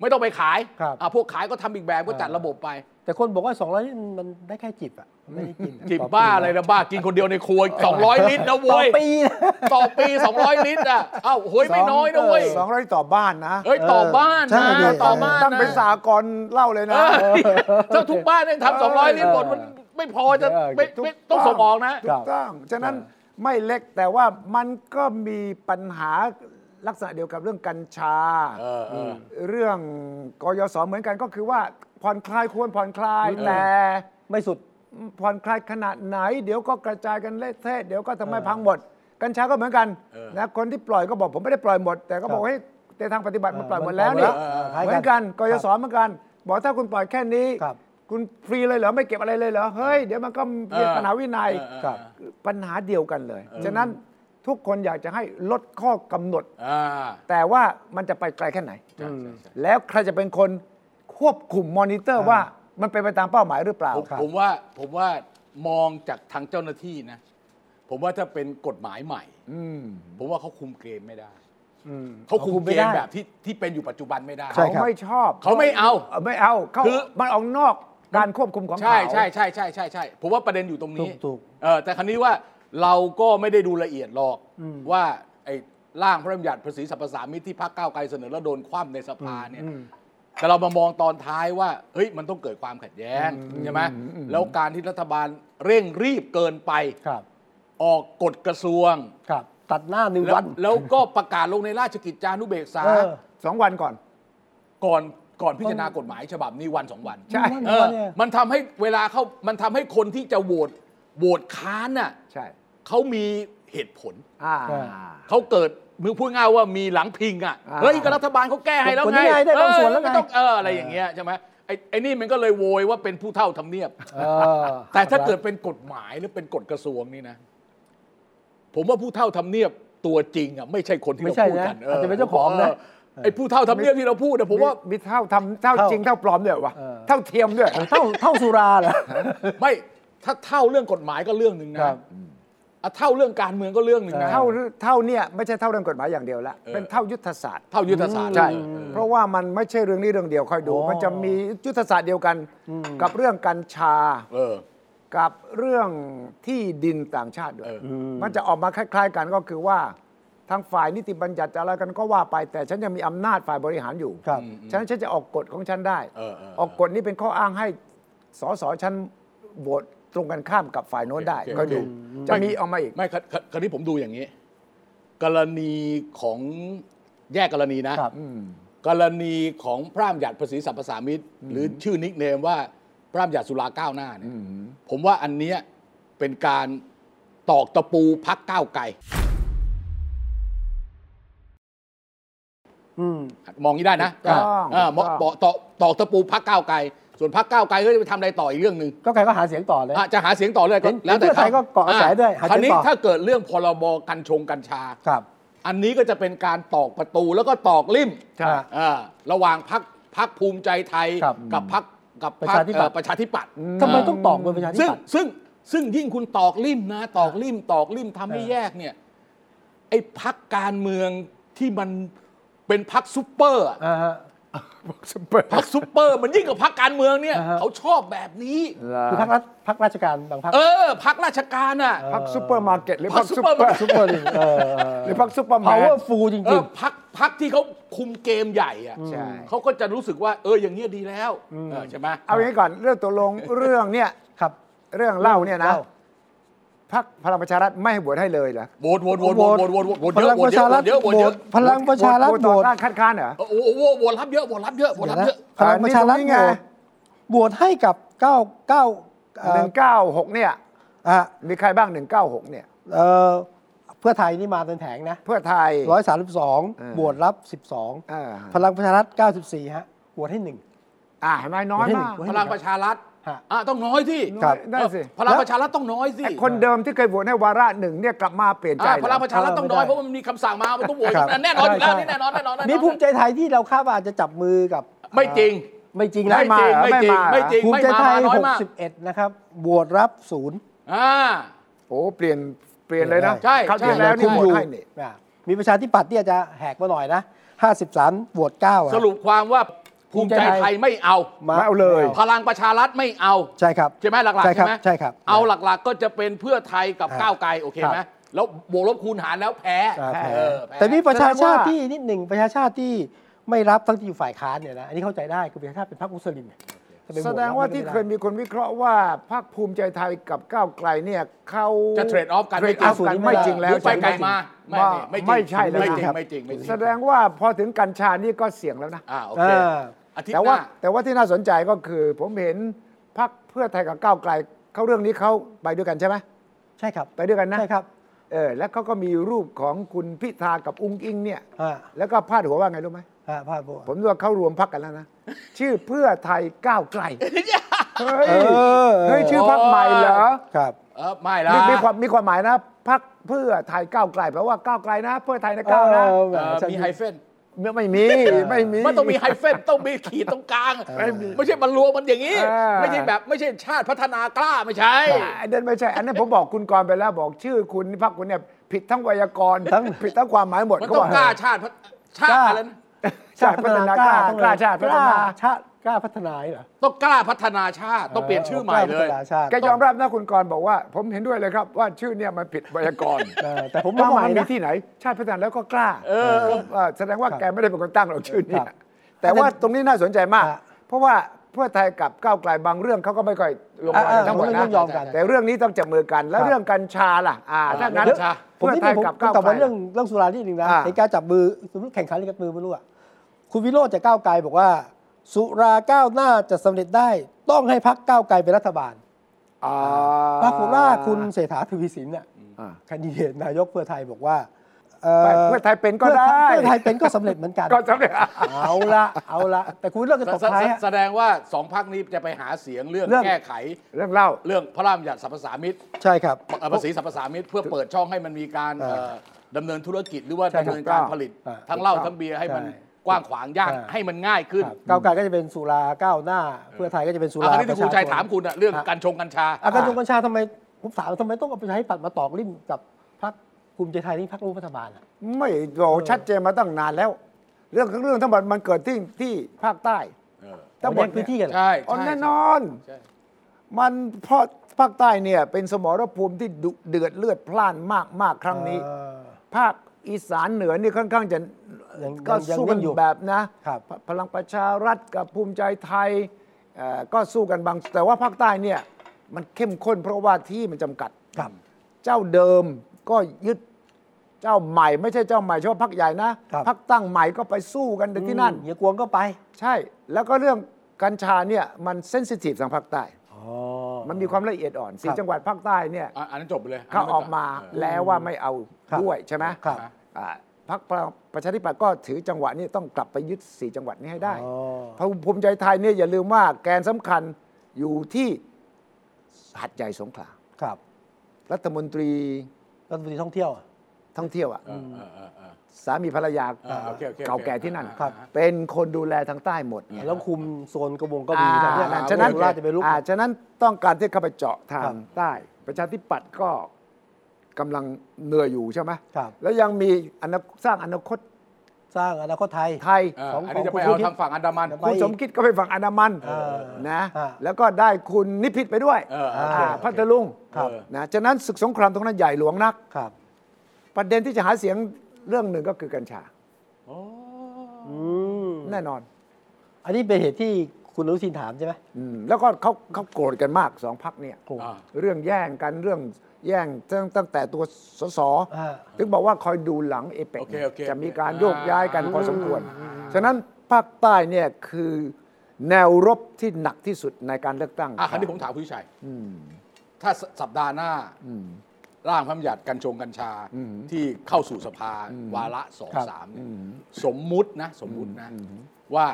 S3: ไม่ต้องไปขาย
S1: ครับ
S3: อ่ะพวกขายก็ทำอีกแบบก็จัดระบบไป
S1: แต่คนบอกว่า200นี่มันได้แค่จิบอ่ะไม่ได้กิน
S3: จิบบ้าอะไรนะบ้ากินคนเดียวในครัว 200 ลิตรนะ
S1: ต่อ
S3: โว้ย
S1: ปีนะ
S3: ต่อปี 200 ลิตรอ่ะเอ้าโหยไม่น้อยนะเว้ย
S2: สองร้อยต่อบ้านนะ
S3: เอ้ยต่อบ้าน
S1: ใช่
S3: นะ
S1: ดิ
S3: ต่อบ้าน
S2: ตั้ง
S3: นะ
S2: เป็นสากรณ์เหล่าเลยนะ
S3: เออถ้าทุกบ้านเนี่ยทำ200 ลิตรหมดมันไม่พอจะ
S1: เออ
S3: ไม่ไม่ต้องส่งออกนะ
S1: ครั
S2: ถู
S1: บ
S2: กต้อง ฉะนั้นไม่เล็กแต่ว่ามันก็มีปัญหาลักษณะเดียวกับเรื่องกัญชา
S3: เออเออ
S2: เรื่องกยศเหมือนกันก็คือว่าผ่อนคลายควรผ่อนคลายแต่
S1: ไม่สุด
S2: ผ่อนคลายขนาดไหน เดี๋ยวก็กระจายกันเละเทะเดี๋ยวก็ทำให้พังหมด กัญชาก็เหมือนกันนะคนที่ปล่อยก็บอกผมไม่ได้ปล่อยหมด แต่ก็บอ
S1: ค
S2: ก
S1: รับ
S2: ให้ในทางปฏิบัติมัน
S1: เออ
S2: ปล่อยหมด
S1: มัน
S2: แล้วนี่
S1: เออเออคล้ายกัน
S2: เหมือนกันกย
S1: ครับ
S2: ศเหมือนกัน บอกถ้าคุณปล่อยแค่นี้
S1: ครับ
S2: คุณฟรีเลยเหรอไม่เก็บอะไรเลยเหรอเฮ้ยเดี๋ยวมันก็มีปัญหาวินัย
S3: เออ
S1: ครับ
S2: ปัญหาเดียวกันเลย ฉะนั้นทุกคนอยากจะให้ลดข้อกำหนด
S3: อ่า
S2: แต่ว่ามันจะไปไกลแค่ไหน
S3: ใช่ใช่ใช่
S2: แล้วใครจะเป็นคนควบคุมมอนิเตอร์ว่ามันเป็นไปตามเป้าหมายหรือเปล่า
S3: ผมผมว่าผมว่ามองจากทางเจ้าหน้าที่นะ ผมว่าถ้าเป็นกฎหมายใหม่
S2: อืม
S3: ผมว่าเขาคุมเกมไม่ได้
S1: อืม
S3: เขาคุม
S1: ไ
S3: เกมแบบที่ที่เป็นอยู่ปัจจุบันไม่ได้
S1: ใช่ค
S2: เขา
S1: รับ
S2: ไม่ชอบ
S3: เขาไม่เอา
S2: เอ่อไม่เอาเขา
S3: คือ
S2: มันออกนอกการควบคุมของเขา
S3: ใช่ใช่ใช่ใช่ใช่ใช่ผมว่าประเด็นอยู่ตรงนี้
S1: ถูก
S3: เออแต่ครั้นี้ว่าเราก็ไม่ได้ดูละเอียดหรอก
S1: อืม
S3: ว่าไอ้ร่างพระราชบัญญัติภาษีสรรพสามิตที่พรรคก้าวไกลเสนอแล้วโดนคว่ำในสภาเนี่ย
S1: อืม
S3: แต่เรามามองตอนท้ายว่าเฮ้ยมันต้องเกิดความขัดแย้งใช่ไหมแล้วการที่รัฐบาลเร่งรีบเกินไป
S1: ครับ
S3: ออกกฎกระทรวง
S1: ครับ ตัดหน้าหนึ่ง
S3: แล้ว
S1: วัน
S3: แล้วก็ประกาศลงในราชกิจจานุเบกษา
S1: เออ
S2: สองวันก่อน
S3: ก่อนก่อนพิจารณากฎหมายฉบับนี้วันสองวัน
S2: ใช่
S1: วัน
S3: เอ
S1: ดียว
S3: อ
S1: เนี่ย
S3: มันทำให้เวลาเขามันทำให้คนที่จะโหวตโหวตค้านน่ะ
S2: ใช่
S3: เขามีเหตุผล
S2: อ่า
S1: ใช่
S3: เขาเกิดมือพูดง่ายว่ามีหลังพิงอ่ะ
S2: อ่า
S3: เฮ้ยก็รัฐบาลเขาแก้ให้แล้ว
S1: คน
S3: ไง
S1: ที่ได้ได้บางส่วนแล้วไง
S3: ก็ต้องเอออะไรอย่างเงี้ยใช่ไหมไอ้ไอ้นี่มันก็เลยโวยว่าเป็นผู้เท่าทำเนียบ
S1: เออ
S3: แต่ถ้าเกิดเป็นกฎหมายหรือเป็นกฎกระทรวงนี่นะ ผมว่าผู้เท่าทำเนียบตัวจริงอ่ะไม่ใช่คนที่
S1: ไม่
S3: เรา
S1: ใช่
S3: พูด
S1: นะ
S3: กัน
S1: อาจจะเป็นเจ้าของนะ
S3: เออไอ้ผู้เท่าทำเนียบที่เราพูดนะผมว่า
S2: มีเท่าทำเท่า
S1: เท่า
S2: จริงเท่าปลอมด้วยวะ
S1: เออ
S2: เท่าเทียมด้วย
S1: เท่าเท่าสุราเหรอ
S3: ไม่ถ้าเท่าเรื่องกฎหมายก็เรื่องหนึ่งนะครับอ่ะเท่าเรื่องการเมืองก็เรื่องหนึ่งนะ
S1: อ
S2: เท่า
S1: อ
S2: เท่าเนี่ยไม่ใช่เท่าเรื่องกฎหมายอย่างเดียวละ
S3: เออ
S2: เป็นเท่ายุทธศาสตร์
S3: เท่ายุทธศาสตร์
S2: ใช่
S3: เออ
S2: เพราะว่ามันไม่ใช่เรื่องนี้เรื่องเดียวค่อยดู
S1: อ๋อ
S2: มันจะมียุทธศาสตร์เดียวกันกับเรื่องกัญชา
S3: เออ
S2: กับเรื่องที่ดินต่างชาติด้วย
S3: เอออื
S2: มันจะออกมาคล้าย ๆ กันก็คือว่าทางฝ่ายนิติบัญญัติจะอะไรกันก็ว่าไป แต่ฉันยังมีอำนาจฝ่ายบริหารอยู่
S1: ครับ
S2: ฉะนันฉันจะออกกฎของฉันได้
S3: เออเออเออ
S2: ออกกฎนี้เป็นข้ออ้างให้สสฉันโหวตตรงกันข้ามกับฝ่ายโน้นได้
S3: โอเค
S2: ค่อยดู
S3: โอเค
S2: จะมีออกมาอีก
S3: ไม่คคคราวนี้ผมดูอย่างนี้ กรณีของแยกกรณีนะ
S1: ครับ
S3: กรณีของพระราชบัญญัติภาษีสรรพสามิตหรือชื่อนิกเนมว่าพระราชบัญญัติสุราก้าวหน้าเนี่ยผมว่าอันเนี้ยเป็นการตอกตะปูพักก้าวไกล
S1: อืม
S3: มองนี้ได้นะ
S2: ถูกต้อง
S3: เออมอง
S2: ถูกต้อง
S3: ปอกตอกตอกตะปูพักก้าวไกล ส่วนพักก้าวไกลก็จะไปทำอะไรต่ออีกเรื่องหนึ่ง
S1: ก็ใครก็หาเสียงต่อเลย
S3: อ่ะจะหาเสียงต่อเลยก็
S1: เห็น
S3: แล้วแต่
S1: เห็นเพื่อไทยก็เกาะกระแสด้วยหา
S3: คราวนี้
S1: เสียงต่อ
S3: ถ้าเกิดเรื่องพรบกัญชงกัญชา
S1: ครับ
S3: อันนี้ก็จะเป็นการตอกประตูแล้วก็ตอกลิ่ม
S1: ใช่
S3: อ่าระหว่างพักพักภูมิใจไทย
S1: ครับ
S3: กับพักกับ
S1: ประ
S3: พรรค
S1: ชาธิปัตย์
S3: เอ่อประชาธิปัตย์
S1: ทำไมต้อง
S3: า
S1: ตอกบนประชาธิ
S3: ซึ่ง
S1: ปัตย์
S3: ซึ่งซึ่งยิ่งคุณตอกลิ่มนะตอกลิ่มตอกลิ่มทำให้
S1: เออ
S3: แยกเนี่ยไอ้พักการเมืองที่มันเป็นพักซูเปอร์อะ
S1: อ่าฮะ
S3: พักซูเปอร์ มันยิ่งกว่าพักการเมืองเนี่ย
S1: อ่าฮะ
S3: เขาชอบแบบนี้
S1: คือพักรัฐพักราชการบางพัก
S3: เออพักราชการอ่ะ
S2: พักซูเปอร์มาร์เก็ตหรือ
S3: พร
S2: พัก
S3: รค
S2: ซูเปอร์
S3: ซุปเปอร์มาร์เก็ต
S1: ซุปเปอร์ลิงเออ
S2: หรือพักซูเปอร์แม
S1: พาวน เวอร์ฟูลจ
S3: เอ
S1: ริ
S3: อง พักพักที่เขาคุมเกมใหญ่อ่ะ
S2: ใช่
S3: เขาก็จะรู้สึกว่า เอออย่างเงี้ยดีแล้วเออใช่ไหม
S2: เอาอย่างนี้ก่อนเรื่องตกลงเรื่องเนี่ย
S1: ๆ ครับ
S2: เรื่องเล่าเนี่ยนะ
S1: เล่า
S2: พักพลังประชารัฐไม่ให้บวชให้เลยเหรอ
S3: โหวตโหวตโหวตโหวตโหวตโหวตโหวตโหวต
S1: พ
S3: เย
S1: ลัง
S3: อะโหว
S1: ประ
S3: ตเย
S1: ชา
S3: อะโหว
S1: รัฐ
S3: ตเยอะโหวต
S1: โหว
S3: เยอะ
S1: ตพลังประชารัฐ
S2: โหวต
S1: โห
S2: ต่
S1: ว
S2: อ
S1: ต
S2: ต้านคัดค้านเหรอ
S3: โอ้โหโหวตโหวตรับเยอะโหวตรับเยอะโหวตรับเยอะ
S1: พลังประชารัฐ
S2: นี่
S1: โห
S2: ไง
S1: วตโหวตให้กับเก้าเก้าเอ่
S2: ห
S1: อ
S2: นึ่งเก้าหกเนี่ย
S1: อ่ะ
S2: มีใครบ้างหนึ่งเก้าหกเนี่ย
S1: เอ่อเพื่อไทยนี่มาเป็นแผงนะ
S2: เพื่อไทย
S1: ร้อยสามสิบสอง
S2: อ่า
S1: บวตรับ
S2: อ่า
S1: 12 พลังประชารัฐ 94 ฮะบวตให้หนึ่ง
S2: อ่าเห็นไหมน้อยมาก
S1: โหวตให้หนึ่งโหวตให้หนึ่
S3: พลังประชารัฐ
S1: ฮะ
S3: อ่ะต้องน้อยสิ
S1: ครับ
S2: ได้สิ
S3: เออพลังประชารัฐต้องน้อยสิ
S2: ไอ้คนเดิมที่เคยโหวตให้วาระหนึ่งเนี่ยกลับมาเปลี่ยนใจ
S3: อ่ะ
S2: เหรอ
S3: พลังประชารัฐต้องน้อย
S1: เออไม่ได้
S3: เพราะมันมีคำสั่งมามันต้องโหวต
S1: ครับ
S3: แน่นอนอยู่แล้วนี่แน่นอนแน่นอนแน่นอน
S1: มีภูมิใจไทยที่เราคาดว่าอาจจะจับมือกับ
S3: ไม่จริง
S1: ไม่จริงนะ
S3: ไม่จริงไม่จริงไม่จริง
S1: ภูมิใจไทย
S3: ไม่มาน้อยมาก
S1: 61 นะครับบวตรับศูนย์
S3: อ่า
S2: โอ้เปลี่ยนเปลี่ยนเลยนะ
S3: ใช่
S2: เขาว
S3: ใช่
S2: ที่แล้วนี่
S1: คุม
S2: โห
S1: อ
S2: วต
S1: ยู่
S2: ให้นี่
S1: อ่ะมีประชาธิปัตย์ที่อาจจะแหกมาหน่อยนะ 53บวต9อ่ะ
S3: สรุปความว่าภูมิใจ
S1: ภูมิใจ
S3: ไท
S1: ไท
S3: ย
S1: ย
S3: ไม่เอา
S1: มา
S2: ไม่เอาเลย
S3: พลังประชารัฐไม่เอา
S1: ใช่ครับ
S3: ใช่ไหมหลักๆ
S1: ใช่ครับ
S3: ใช่ไหม
S1: ใช่ครับ
S3: เอาหลักๆก็จะเป็นเพื่อไทยกับ
S1: ครับ
S3: ก้าวไกลโอเคไหมแล้วบวกลบคูณหารแล้วแพ้
S1: อ่าแพ้
S3: เออพ้
S1: แต่มีประชาชาติที่นิดหนึ่งประชาชาติที่ไม่รับทั้งที่อยู่ฝ่ายค้านเนี่ยนะอันนี้เข้าใจได้คือประชาชาติเป็นพรรคมุสลิมถ้ไปโหต
S2: แสดงว่าที่
S1: รับ
S2: เค
S1: ไม่
S2: ย
S1: ได้
S2: มีคนวิเคราะห์ว่าพรรคภูมิใจไทยกับก้าวไกลเนี่ยเขา
S3: จะเทรดออฟกัน
S2: เทรดออฟกันไม่จริงแล้ว
S3: หอไปไกลมาไม่
S2: ว่า
S3: ไม่
S2: ไม่ใช่
S3: แล้
S2: แล้ว ว
S3: ไม่จริง
S2: นะ
S3: ไม่จริงไม่จริง
S2: แสดงว่าพอถึงกัญชานี่ก็เสี่ยงแล้วนะ
S3: อ่าโอเค
S1: อ่า
S3: อาทิตย์
S2: แต่
S3: ห
S2: ว่า
S3: น้า
S2: แต่ว่าที่น่าสนใจก็คือผมเห็นพักเพื่อไทยกับก้าวไกลเขาเรื่องนี้เขาไปด้วยกันใช่ไหม
S1: ใช่ครับ
S2: ไปด้วยกันนะ
S1: ใช่ครับ
S2: เออแล้วเขาก็มีรูปของคุณพิธากับอุ้งอิงเนี่ย
S1: อ่า
S2: แล้วก็พาดหัวว่าไงรู้ไหม
S1: อ่าพาดโบ
S2: ผมว่าเขารวมพักกันแล้วนะ ชื่อเพื่อไทยก้าวไก ลเฮ้ย
S1: เออ
S2: เฮ้ยชื่อพักใหม่เหรอ
S1: ครับ
S3: เออไม่ละ
S2: มีมีความมีความหมายนะพักเพื่อไทยก้าวไกลแปลว่าก้าวไกลนะ เพื่อไทยนะก้าวนะ
S1: เออ
S3: เอ่อมีไฮเฟน
S2: ไม่ไม่มีไม่มี
S3: มันต้องมีไฮเฟนต้องมีขีดตรงกลาง ไม่ใช่มันรวมมันอย่างนี้
S2: อ่า
S3: ไม่ใช่แบบไม่ใช่ชาติพัฒนากล้าไม่ใช่
S2: ไอ้นั่นไม่ใช่ อันนั้นผมบอกคุณกรณ์ไปแล้วบอกชื่อคุณพักคุณเนี่ยผิดทั้งไวยากรณ์ทั้งผิดทั้งความหมายหมด
S3: มัน
S2: เขา
S3: ต้
S2: บ
S3: อ
S2: อง ก
S3: กล้าชาติพัฒชาติอะไรนะ
S2: ชาติพัฒนากล้ากล้าชาติพัฒนา
S1: ชาติกล้าพัฒนาเหรอ
S3: ต้องกล้าพัฒนาชาติ ต้องเปลี่ยนชื่อใหม่เลย
S1: กาพัฒนาชาติ
S2: แกยอมรับนะคุณกรณ์บอกว่า ผมเห็นด้วยเลยครับว่าชื่อเนี่ยมันผิดไวยากรณ์
S1: เออแต่ผม
S2: ว่า
S1: ว่าใหม่
S2: มันมี
S1: นะ
S2: ที่ไหน ชาติพัฒนาแล้วก็กล้า
S3: เออ
S2: เออแสดงว่า
S1: ครับ
S2: แกไม่ได้เป็นคนตั้งหรอกชื่อเนี้
S1: ครับ
S2: แต่ว่าตรงนี้น่าสนใจมาก
S1: ฮะ
S2: เพราะว่าเพื่อไทยกับก้าวไกลบางเรื่องเขาก็ไม่ค่อยลงรอย
S1: อ่าๆ
S2: ทั้งหมด
S1: เรื่องเรื่
S2: นะ
S1: องยอมกัน
S2: แต่เรื่องนี้ต้องจับมือกัน แล้วเรื่องกัญชาล่ะอ่าถ้างั้น
S3: เรื่องกัญชา
S1: ผม
S2: เพื่อ
S1: นี่
S2: ไทย
S1: ผม
S2: กับ
S1: ผม
S2: ก้าว
S1: กลับ
S2: ไกล
S1: มาเรื่องเรื่องสุรานิดหนึ่งนะ
S2: อ่า
S1: ในการจับมือสมมติแข่งขันเรื่องจับมือไม่รู้อะคุณวิโรจน์จากก้าวไกลบอกว่า สุราก้าวหน้าจะสำเร็จได้ ต้องให้พักก้าวไกลเป็นรัฐบาล
S2: อ่า
S1: ปรากฏว่าคุณเศรษฐาทวีสินน่ะ
S2: อ่า
S1: แคนดิเดตนายกเพื่อไทยบอกว่าเ
S2: ไม่เพื่อไทยเป็นก็ได้
S1: เพื่อไทยเป็นก็สำเร็จเหมือนกัน
S2: ก็สำเร็จอ่ะ
S1: เอาละเอาละแต่คุณวิโรจน์จะตก
S3: แส
S1: ท้าย
S3: แส
S1: อะ
S3: แสดงว่าสองพักนี้จะไปหาเสียงเรื่อง
S1: เรื่อง
S3: แก้ไข
S2: เรื่องเล่า
S3: เรื่องพระราชบัญญัติสรรพสามิต
S1: ใช่ครับ
S3: เอ่อภาษีสรรพสามิตเพื่อเปิดช่องให้มันมีการ
S1: เออ
S3: เอ่อดำเนินธุรกิจหรือว่า
S1: ใช่ครับ
S3: ดำเนินการผลิต
S1: อ่า
S3: ทั้งเหล้าทั้งเบียร์ให้มัน
S1: ใช่
S3: กว้างขวางยาก
S1: อ่า
S3: ให้มันง่ายขึ้น
S1: ครับก้าวไกลก็จะเป็นสุราก้าวหน้า เพื่อไทยก็จะเป็นสุ
S3: อ่ะ
S1: รา
S3: อันนี้ที่คุณ
S1: ประช
S3: ชัยถาม
S1: น
S3: คุณอะเรื่อง
S1: อ่ะ
S3: การชงกัญชา
S1: อาการชงกัญชาทำไมผมถามทำไมต้องเอาไปใช้ปัดมาตอกลิ่มกับพรรคภูมิใจไทยที่พรรคร่วมรัฐบาลอ่ะ
S2: ไม่โดชัดเจนมาตั้งนานแล้ว เรื่องของเรื่องทั้งหมดมันเกิดที่ที่ภาคใต้
S3: เออ
S2: ทั้งหมด
S1: แย่งพื้นที่กันเหรอ
S3: ใช่
S2: เอ๋อ
S3: ใช่
S2: แน่นอน
S3: ใช่
S2: มันเพราะภาคใต้เนี่ยเป็นสมรภูมิที่ดุเดือดเลือดพล่านมากมากๆครั้งนี้
S1: เออ
S2: ภาคอีสานเหนือนี่ค่อนข้างจะ
S1: ยัง
S2: ก็
S1: ยัง
S2: สู้
S1: ยั
S2: กัน
S1: งอยู่
S2: แบบนะครับ พพลังประชารัฐกับภูมิใจไทยเอ่อก็สู้กันบาง แต่ว่าภาคใต้เนี่ยมันเข้มข้นเพราะว่าที่มันจำกัด
S1: ครับ
S2: เจ้าเดิมก็ยึดเจ้าใหม่ ไม่ใช่เจ้าใหม่เฉพาะพักใหญ่นะครับ พักตั้งใหม่ก็ไปสู้กันถึงที่นั่น
S1: อืมเฮียกวงก็ไป
S2: ใช่ แล้วก็เรื่องกัญชาเนี่ยมันเซนซิทีฟทางภาคใต้
S1: อ๋อ
S2: มันมีความละเอียดอ่อน
S1: ค
S2: สี่
S1: รับ
S2: จังหวัดภาคใต้เนี่ย
S3: อ่ะอันนั้นจบไปเลยน
S2: เขา
S3: นั้นไ
S2: ออกมา
S3: เออ
S2: แล้วว่าไม่เอา
S1: ครับ
S2: ด้วยใช่ไหม
S1: ครับ
S2: อ่าพักประชาธิปัตย์ก็ถือจังหวะนี้ต้องกลับไปยึดสี่จังหวัดนี้ให้ได้
S1: อ๋อ
S2: ภูมิใจไทยเนี่ยอย่าลืมว่าแกนสำคัญอยู่ที่หัดใหญ่สงขลา
S1: ครับ
S2: รัฐมนตรี
S1: รัฐมนตรีท่องเที่ยวอะ
S2: ท่องเที่ยวอ่ะ
S3: เออเออเออเออ
S2: สามีภรรยา
S3: อ่าโอเคโอเค
S2: เก่าแก่ที่นั่น
S1: ครับ
S2: เป็นคนดูแลทางใต้หมด
S1: แล้วคุมโซนกระบงกระบี
S2: อ่า
S1: ทำเนี่ย
S2: ฉะนั้น
S1: สุราจะไปลุก
S2: อ่าฉะนั้นต้องการที่เข้าไปเจาะทา
S1: ครั
S2: ง
S1: บ
S2: ใต้ ประชาธิปัตย์ก็กำลังเหนื่อยอยู่ใช่ไหม
S1: ครับ
S2: แล้วยังมีอนาสร้างอนาคต
S1: สร้างอนาคตไทย
S2: ไทย
S3: เออ
S1: ของ
S3: อันนี้จะไปเอาทางฝั่งอันดามัน
S1: ไป
S2: คุณสมคิดก็ไปฝั่งอนามัน
S1: เออ
S2: นะ
S1: อ่า
S2: แล้วก็ได้คุณนิพิษไปด้วย
S3: เออเออ
S2: อ่า
S1: โอเค
S2: พัทลุง
S1: ครับ
S2: นะฉะนั้นศึกสงครามตรงนั้นใหญ่หลวงนัก
S1: ครับ
S2: ประเด็นที่จะหาเสียงเรื่องหนึ่งก็คือกัญชา
S1: อืม
S2: แน่นอน
S1: อันนี้เป็นเหตุที่คุณอนุทินถามใช่ไหม
S2: อืมแล้วก็เขาเขาโกรธกันมากสองพักเนี่ย
S3: อ่า
S2: เรื่องแย่งกันเรื่องแย่งตั้งตั้งแต่ตัวสส
S1: อ่า
S2: ถึงบอกว่าคอยดูหลังเอเปก
S3: โอเคโอเค
S2: จะมี
S3: โอเค
S2: การโยกย้ายกันพอสมควร ฉะนั้นภาคใต้เนี่ยคือแนวรบที่หนักที่สุดในการเลือกตั้ง
S3: อ่ะคราวนี้ผมถามคุณวิชัยถ้าสสัปดาห์หน้าร่างพระบัญญัติกัญชงกัญชาที่เข้าสู่สภาวาระสองสามเนี่ยสมมุตินะ สมมุตินะ ว่า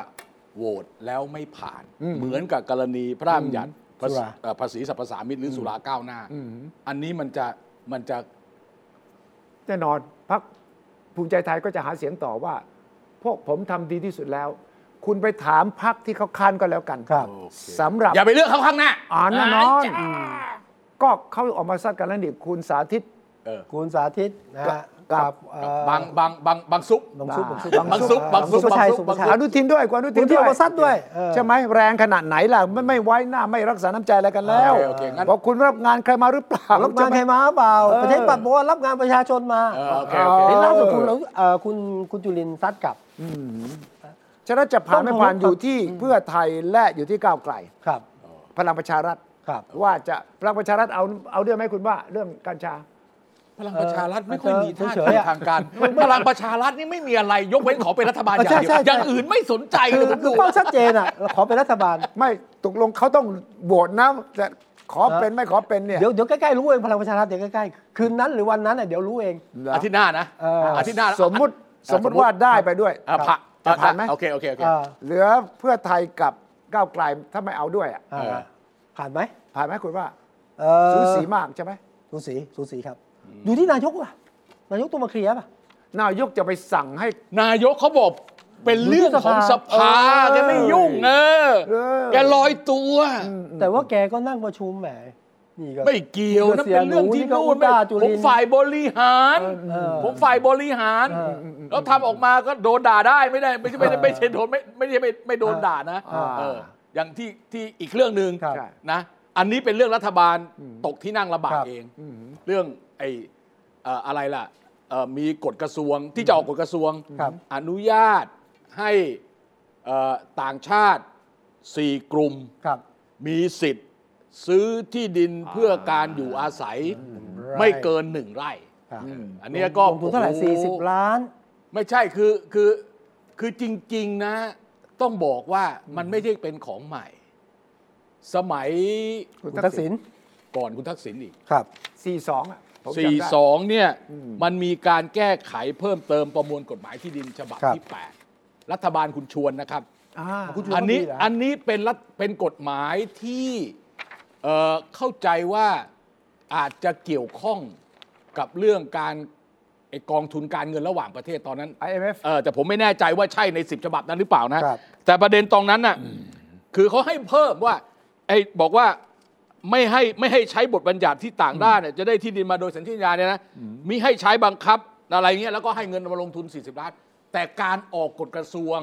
S3: โหวตแล้วไม่ผ่าน เหมือนกับกรณีพระราชบัญญัติภา
S1: สุ
S3: ษี
S1: รา
S3: เอ่อภาษีสรรพสามิตหรือสุราก้าวหน้า อันนี้มันจะมันจะ
S2: แน่นอนพรรคภูมิใจไทยก็จะหาเสียงต่อว่า พวกผมทำดีที่สุดแล้ว คุณไปถามพรรคที่เขาค้านก็แล้วกัน
S1: ครับโอ
S2: สำหรับ
S3: อย่าไปเลือกเขาข้างหน้า
S2: อ่าแน่นอนก็เขาออกมาซัดกันแล้วนี่คุณสาธิต
S3: เออ
S1: คุณสาธิตนะฮะ
S2: กับ
S1: เอ่อบ
S3: างบางบางบางซุป
S1: บางซุป
S2: บาง
S3: ซุปบางซุป
S1: สุภาชัย
S3: บางซุ
S1: สุ
S3: ป
S1: ภาชัย
S2: อนุทินด้วยกว่าอนุทิน
S1: คุณที่
S2: ด้วย
S1: เอามาซัดด้วยเออ
S2: ใช่ไหมแรงขนาดไหนล่ะไม่ไม่ไว้หน้าไม่รักษาน้ำใจอะไรกันแล้ว
S3: โอเคโอเคงั้น
S2: บอกคุณรับงานใครมาหรือเปล่า
S1: รับงานใครมาเปล่าประเทศปัดบอกว่ารับงานประชาชนมา
S3: เออโอเคโอเค
S1: เห็นล่าสุดคุณแล้วเอ่อคุณคุณจุลินทร์ซัดกลับ
S2: ฉะนั้นจะผ่านไม่ผ่านอยู่ที่เพื่อไทยและอยู่ที่ก้าวไกล
S1: ครับ
S2: พลังประชารัฐ
S1: ครับ
S2: ว่าจะพลังประชารัฐเอาเอาด้วยไหมคุณว่าเรื่องกัญชา
S3: พลังประชารัฐไม่ค่อยมีท่า
S1: เฉ
S3: ที
S1: ยๆอะ
S3: ทางการ พลังประชารัฐนี่ไม่มีอะไรยกเว้นขอเป็นรัฐบาลอย่างเดียว
S1: ใช่ใช่ใช่
S3: อย่างอื่นไม่สนใจ
S1: คือ
S3: เลยผม
S1: คือ
S3: ดู
S1: เป้าชัดเจนอ่ะ ขอเป็นรัฐบาล
S2: ไม่ตกลงเขาต้องโหวตนะจะขอเป็น
S1: เออ
S2: ไม่ขอเป็นเนี่ย
S1: เดี๋ยวเดี๋ยวใกล้ๆรู้เองพลังประชารัฐเดี๋ยวใกล้ๆ คืนนั้นหรือวันนั้นอ่ะเดี๋ยวรู้เอง
S2: เหรอ
S3: อาทิตย์หน้านะ
S1: เอออ
S3: อาทิตย์หน้านะ
S2: สมมุติ
S3: อ่ะ
S2: สมมุติว่าได้ไปด้วย
S3: อ่ะผ่า
S2: จะผ่านไหม
S3: โอเคโอเคโอเค
S1: อ่า
S2: เหลือเพื่อไทยกับก้าวไกลถ้าไม่เอาด้วยอะ
S1: อ่าผ่านไหม
S2: ผ่านไหมคุณว่า
S1: เอ่อ
S2: สูสีมากใช่ไหม
S1: สูสีสูสีครับ อยู่ที่นายกว่ะนายกตัวมาเคลียร์ป่ะ
S2: นายกจะไปสั่งให้
S3: นายกเขาบอก เป็นเรื่องของสภาแกไม่ยุ่งเออ
S2: เออ
S3: แกลอยตัว
S1: แต่ว่าแกก็นั่งประชุมแหมนี่ก็
S3: ไม่เกี่ยวนะ
S1: เสีย
S3: เป็นเรื่องที่
S1: หนูนี่ก็
S3: นู่น
S1: อุต
S3: ไม่
S1: ส่าห์จุลิน
S3: ผมฝ่ายบริหาร
S1: เออ
S3: ผมฝ่ายบริหาร
S1: เออ
S3: แล้วทำออกมาก็โดนด่าได้ไม่ได้ไม่ใช่ไม่ใช่
S1: เออ
S3: ไม่ใช่โดนไม่ไม่ใช่ไม่ไม่โดน
S1: เออ
S3: ด่านะ
S1: อ่า
S3: เอออย่างที่ที่อีกเรื่องหนึ่ง
S1: ครับ
S3: นะอันนี้เป็นเรื่องรัฐบาลตกที่นั่งลำบาก
S1: ครับ
S3: เอง เรื่องไอเอ่ออะไรล่ะเอ่อมีกฎกระทรวงที่จะออกกฎกระทรวง
S1: ครับ
S3: อนุญาตให้เอ่อต่างชาติ 4 กลุ่ม
S1: ครับ
S3: มีสิทธิ์ซื้อที่ดินเพื่อการอยู่อาศัย
S1: ไร่
S3: ไม่เกินหนึ่งไร่
S1: ครับ
S3: อันเนี้ยก็
S1: ลงทุนเท่าไหร่
S3: โอ้โ
S1: สี่สิบล้าน
S3: ไม่ใช่คือคือคือจริง ๆ นะ ต้องบอกว่ามันไม่ใช่เป็นของใหม่ สมัย
S1: คุณทักษิณ
S3: ก่อนคุณทักษิณอีก
S1: ครับ
S2: สี่สองอ่ะผมจำได้
S3: 42 เนี่ย
S2: อืม
S3: มันมีการแก้ไขเพิ่มเติมประมวลกฎหมายที่ดินฉบับ
S1: ครับ
S3: ที่ 8 รัฐบาลคุณชวนนะครับ
S2: อ่า
S1: คุณ ชวน
S3: อันนี้
S1: ก็ดีเหรอฮะ
S3: อันนี้เป็นรัฐเป็นกฎหมายที่เอ่อเข้าใจว่าอาจจะเกี่ยวข้องกับเรื่องการไอกองทุนการเงินระหว่างประเทศตอนนั้น
S2: IMF
S3: เออแต่ผมไม่แน่ใจว่าใช่ใน 10 ฉบับนั้นหรือเปล่านะ
S1: ครับ
S3: แต่ประเด็นตรงนั้นน่ะคือเขาให้เพิ่มว่าไอ้บอกว่าไม่ให้ไม่ให้ใช้บทบัญญัติที่ต่างด้านเนี่ยจะได้ที่ดินมาโดยสัญชาตญาณเนี่ยนะมิให้ใช้บังคับอะไรเงี้ยแล้วก็ให้เงินมาลงทุน 40 ล้าน แต่การออกกฎกระทรวง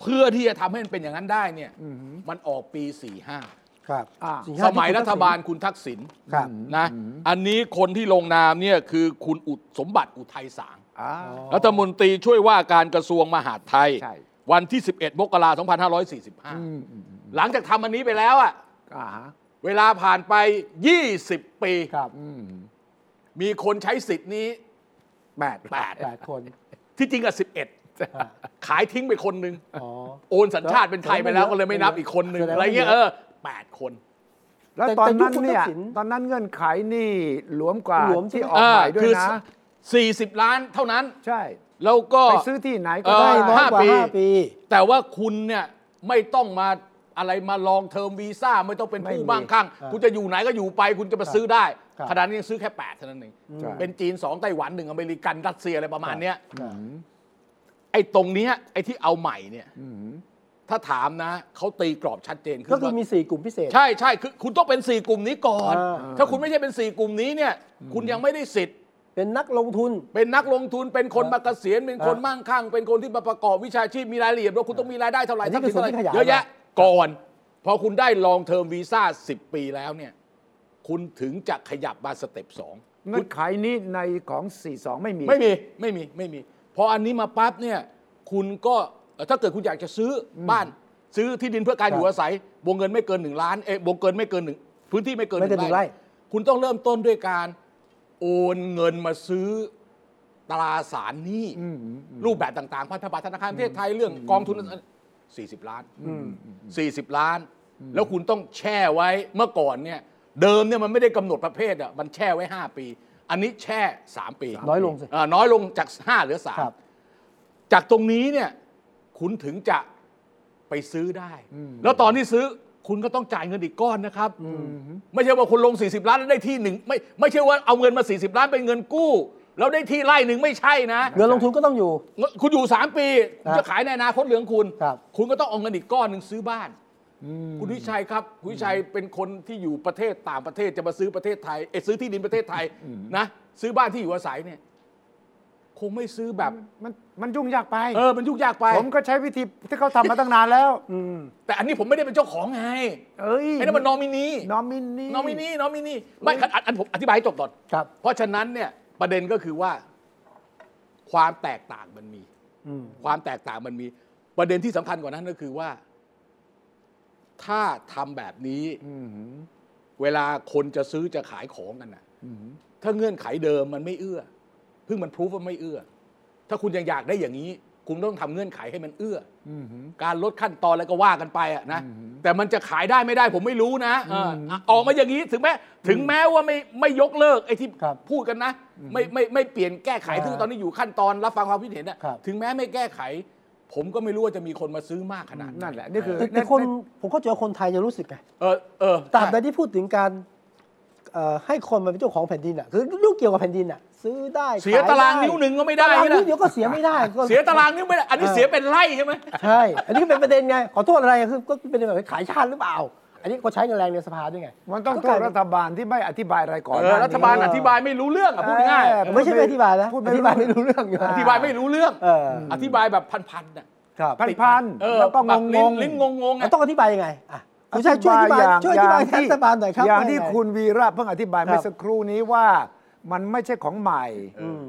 S3: เพื่อที่จะทำให้มันเป็นอย่างนั้นได้เนี่ยมันออกปี 45
S1: ครับ
S2: อ่า
S1: งห้
S3: สมัย
S1: ที่คุณ
S3: รัฐบาลคุณทักษิณ
S1: ครับ
S3: นะอันนี้คนที่ลงนามเนี่ยคือคุณอุดสมบัติอุทัยสาง
S2: อ่า
S3: รัฐมนตรีช่วยว่าการกระทรวงมหาดไทย
S2: ใช่
S3: วันที่ 11 มกราคม2545 หลังจากทำอันนี้ไปแล้วอะ
S2: อ่าฮะ
S3: เวลาผ่านไป 20 ปี
S1: ครับ
S3: มีคนใช้สิทธิ์นี้
S2: แปด
S1: แปดคน
S3: 8 ที่จริงอะ11 ขายทิ้งไปคนหนึ่ง
S1: อ๋อ
S3: โอนสัญชาติเป็นไทยไปแล้วก็เลยไม่นับอีกคนหนึ่ง
S1: แสดงว่า
S3: อะไรเงี้ย
S1: เย
S3: เอ
S1: อะ
S3: อ 8 คน
S2: แล้ว
S1: แต่
S2: ตอน
S1: แต่ยุค
S2: นั้น
S1: คุณ
S2: เนี่
S1: ทั
S2: ย
S1: กษิณ
S2: ตอนนั้นเงื่อนไขนี่หลวมกว่า
S1: หลวม
S2: ที่ออกใหม่ด้วยนะ
S3: เออคือ40 ล้านเท่านั้น
S2: ใช่
S3: แล้วก็
S2: ไปซื้อที่ไหนก็
S3: เ
S1: ได้
S2: ได้
S1: น้อยกว่า
S3: ห้าปี
S1: ห้าปี
S3: แต่ว่าคุณเนี่ยไม่ต้องมาอะไรมาลองเทอมวีซ่าไม่ต้องเป็นผู้
S2: ไม่มี
S3: บ้างข้าง
S1: อ่า
S3: คุณจะอยู่ไหนก็อยู่ไปคุณจะมาซื้อได้
S1: ครับ
S3: ขนาดนี้ยังซื้อแค่ 8 เท่านั้นเอง
S1: ใช่
S3: เป็นจีน 2 ไต้หวัน 1 อเมริกัน รัสเซียอะไรประมาณเนี้ย
S1: ครับ
S3: ไอ้ตรงเนี้ยไอ้ที่เอาใหม่เนี่ยถ้าถามนะ เขาตีกรอบชัดเจนขึ้น
S1: ก็คือ
S3: ว่า
S1: มีสี่กลุ่มพิเศษ
S3: ใช่ใช่คือคุณต้องเป็น 4 กลุ่มนี้ก่อน
S1: อ่า
S3: ถ้าคุณไม่ใช่เป็น 4 กลุ่มนี้เนี่ย คุณยังไม่ได้สิทธิ์
S1: เป็นนักลงทุน
S3: เป็นนักลงทุนเป็นคน
S1: ครับ
S3: มาเกษียณเป็นคน
S1: ครับ
S3: มั่งคั่ง เป็นคนที่มาประกอบวิชาชีพมีรายละเอียดว่าคุณต้องมีรายได้เท่าไหร่
S1: อันนี้
S3: ทรัพย์สินเท่า
S1: คือส่วนที่ข
S3: ไหร่
S1: ยาย
S3: เยอะแยะ
S1: มา
S3: ก่อนพอคุณได้ลองเทอมวีซ่า 10 ปีแล้วเนี่ย คุณถึงจะขยับมาสเต็ปสอง
S2: เงื่อนไขนี้ในของ 42 ไม่มี
S3: ไม่มีไม่มีไม่มี พออันนี้มาปั๊บเนี่ย คุณก็เอ่อถ้าเกิดคุณอยากจะซื้ออบ้าน ซื้อที่ดินเพื่อการ
S1: ครับ
S3: อยู่อาศัย วงเงินไม่เกินหนึ่งล้านเอยวงเกินไม่เกินหนึ่งพื้นที่ไม่เกินห
S1: ไม่เกินห
S3: นึ่ง
S1: นึ่งไร่
S3: ไร่คุณต้องเริ่มต้นด้วยการโอนเงินมาซื้อตราสารหนี้ รูปแบบต่างๆ พันธบัตรธนาคารประเทศไทยเรื่องกองทุน 40 ล้าน 40 ล้าน แล้วคุณต้องแช่ไว้เมื่อก่อนเนี่ย เดิมเนี่ยมันไม่ได้กำหนดประเภทอ่ะมันแช่ไว้ 5 ปี อันนี้แช่ 3 ปี
S1: น้อยลงสิ
S3: เน้อยลงจาก 5 เหลือ
S1: ครับ
S3: 3 จากตรงนี้เนี่ยคุณถึงจะไปซื้อได้ แล้วตอนที่ซื้อคุณก็ต้องจ่ายเงินอีกก้อนนะครับ ไม่ใช่ว่าคุณลง 40 ล้านแล้วได้ที่หนึ่งไม่ไม่ใช่ว่าเอาเงินมา 40 ล้านเป็นเงินกู้ แล้วได้ที่ไร่หนึ่งไม่ใช่นะ
S1: เงินลงทุนก็ต้องอยู่
S3: คุณอยู่ 3 ปีคุณ
S1: ครับ
S3: จะขายในอนาคตเหลืองคุณ
S1: ครับ
S3: คุณก็ต้องเอาเงินอีกก้อนหนึ่งซื้อบ้าน คุณวิชัยครับ คุณวิชัยเป็นคนที่อยู่ประเทศต่างประเทศจะมาซื้อประเทศไทยเอยซื้อที่ดินประเทศไทยนะซื้อบ้านที่อยู่อาศัยเนี่ย คงไม่ซื้อแบบ
S2: มันมันยุ่งยากไป
S3: เออมันยุ่งยากไป
S2: ผมก็ใช้วิธีที่เขาทำมาตั้งนานแล้ว
S3: แต่อันนี้ผมไม่ได้เป็นเจ้าของไง
S2: เอ้ย
S3: ไอ้นั่นมันนอมินี
S2: นอมินี
S3: นอมินีนอมินีไม่อันอันอันผมอธิบายให้จบก่อน
S1: ครับ
S3: เพราะฉะนั้นเนี่ยประเด็นก็คือว่า ความแตกต่างมันมี
S1: อืม
S3: ความแตกต่างมันมีประเด็นที่สำคัญกว่านั้นก็คือว่า ถ้าทำแบบนี้
S2: อืม
S3: เวลาคนจะซื้อจะขายของกันนะ
S2: อืม
S3: ถ้าเงื่อนไขเดิมมันไม่เอื้อเพิ่งมันพรูฟว่าไม่เอื้อ ถ้าคุณยังอยากได้อย่างนี้ คุณต้องทำเงื่อนไขให้มันเอื้อ
S2: อืม
S3: การลดขั้นตอนแล้วก็ว่ากันไปอะนะแต่มันจะขายได้ไม่ได้ผมไม่รู้นะเอออ่ะออกมาอย่างนี้ถึงแม้ถึงแม้ว่าไม่ไม่ยกเลิกไอ้ที่
S1: ครับ
S3: พูดกันนะ ไม่ไม่ไม่เปลี่ยนแก้ไขซึ่งตอนนี้อยู่ขั้นตอนรับฟังความคิดเห็นนะครับ ถึงแม้ไม่แก้ไข ผมก็ไม่รู้ว่าจะมีคนมาซื้อมากขนาดไ
S2: นั่นแหละนี่คือ
S1: แต่แต่คนผมเข้าใจว่าคนไทยจะรู้สึกไง
S3: เออเออ
S1: ตราบใดที่พูดถึงการเอ่อให้คนมาเป็นเจ้าของแผ่นดินอ่ะคือยุ่งเกี่ยวกับแผ่นดินอ่ะ ซื้อได้
S3: เสีย
S1: ข
S3: ตารางนิ้วหนึ่งก็ไม่ได้
S1: ตาราง
S3: นะ
S1: นิ้วเดียวก็เสียไม่ได้ก็
S3: เสียตารางนิ้วไม่ได้ อันนี้
S1: เออ
S3: เสียเป็นไร่ใช่ไหม
S1: ใช่ อันนี้ก็เป็นประเด็นไง ขอโทษอะไรคือก็เป็นแบบขายชาติหรือเปล่า อันนี้ก็ใช้เงินแรงในสภาด้วยไง
S2: มันต้องโทษรัฐบาลที่ไม่อธิบายอะไรก่อน
S3: เอ
S2: หน้
S3: อ
S2: นี้
S3: รัฐบาลอธิบายไม่รู้เรื่องอะพูดง่าย
S2: เออ
S1: ไม่ใช่ไม่อธิบายนะ
S2: พูด
S1: อ
S2: ไม่
S1: ธิ
S2: รู้
S1: บายไม่รู้เรื่องอยู่
S3: ๆอธิบายไม่รู้เรื่อง
S1: เออ
S3: อธิบายแบบพันๆน่ะ
S1: ครับ
S2: พันพัน
S3: เออ
S2: แล้วก็งง
S3: ลิ้น
S2: ง
S3: ลิ้นงงงๆ
S1: มั
S3: อะ
S1: นต้องอธิบายยังไงอ่ะคุณชายช่วยอธิบายช่วยอธิบายแทนรัฐบาลหน่อยครับ
S2: อย่างที่
S1: ว่ไ
S2: คุณวีระเพิ่งอธิบาย
S1: ครับ
S2: เมื่อสักครู่นี้ว่ามันไม่ใช่ของใหม่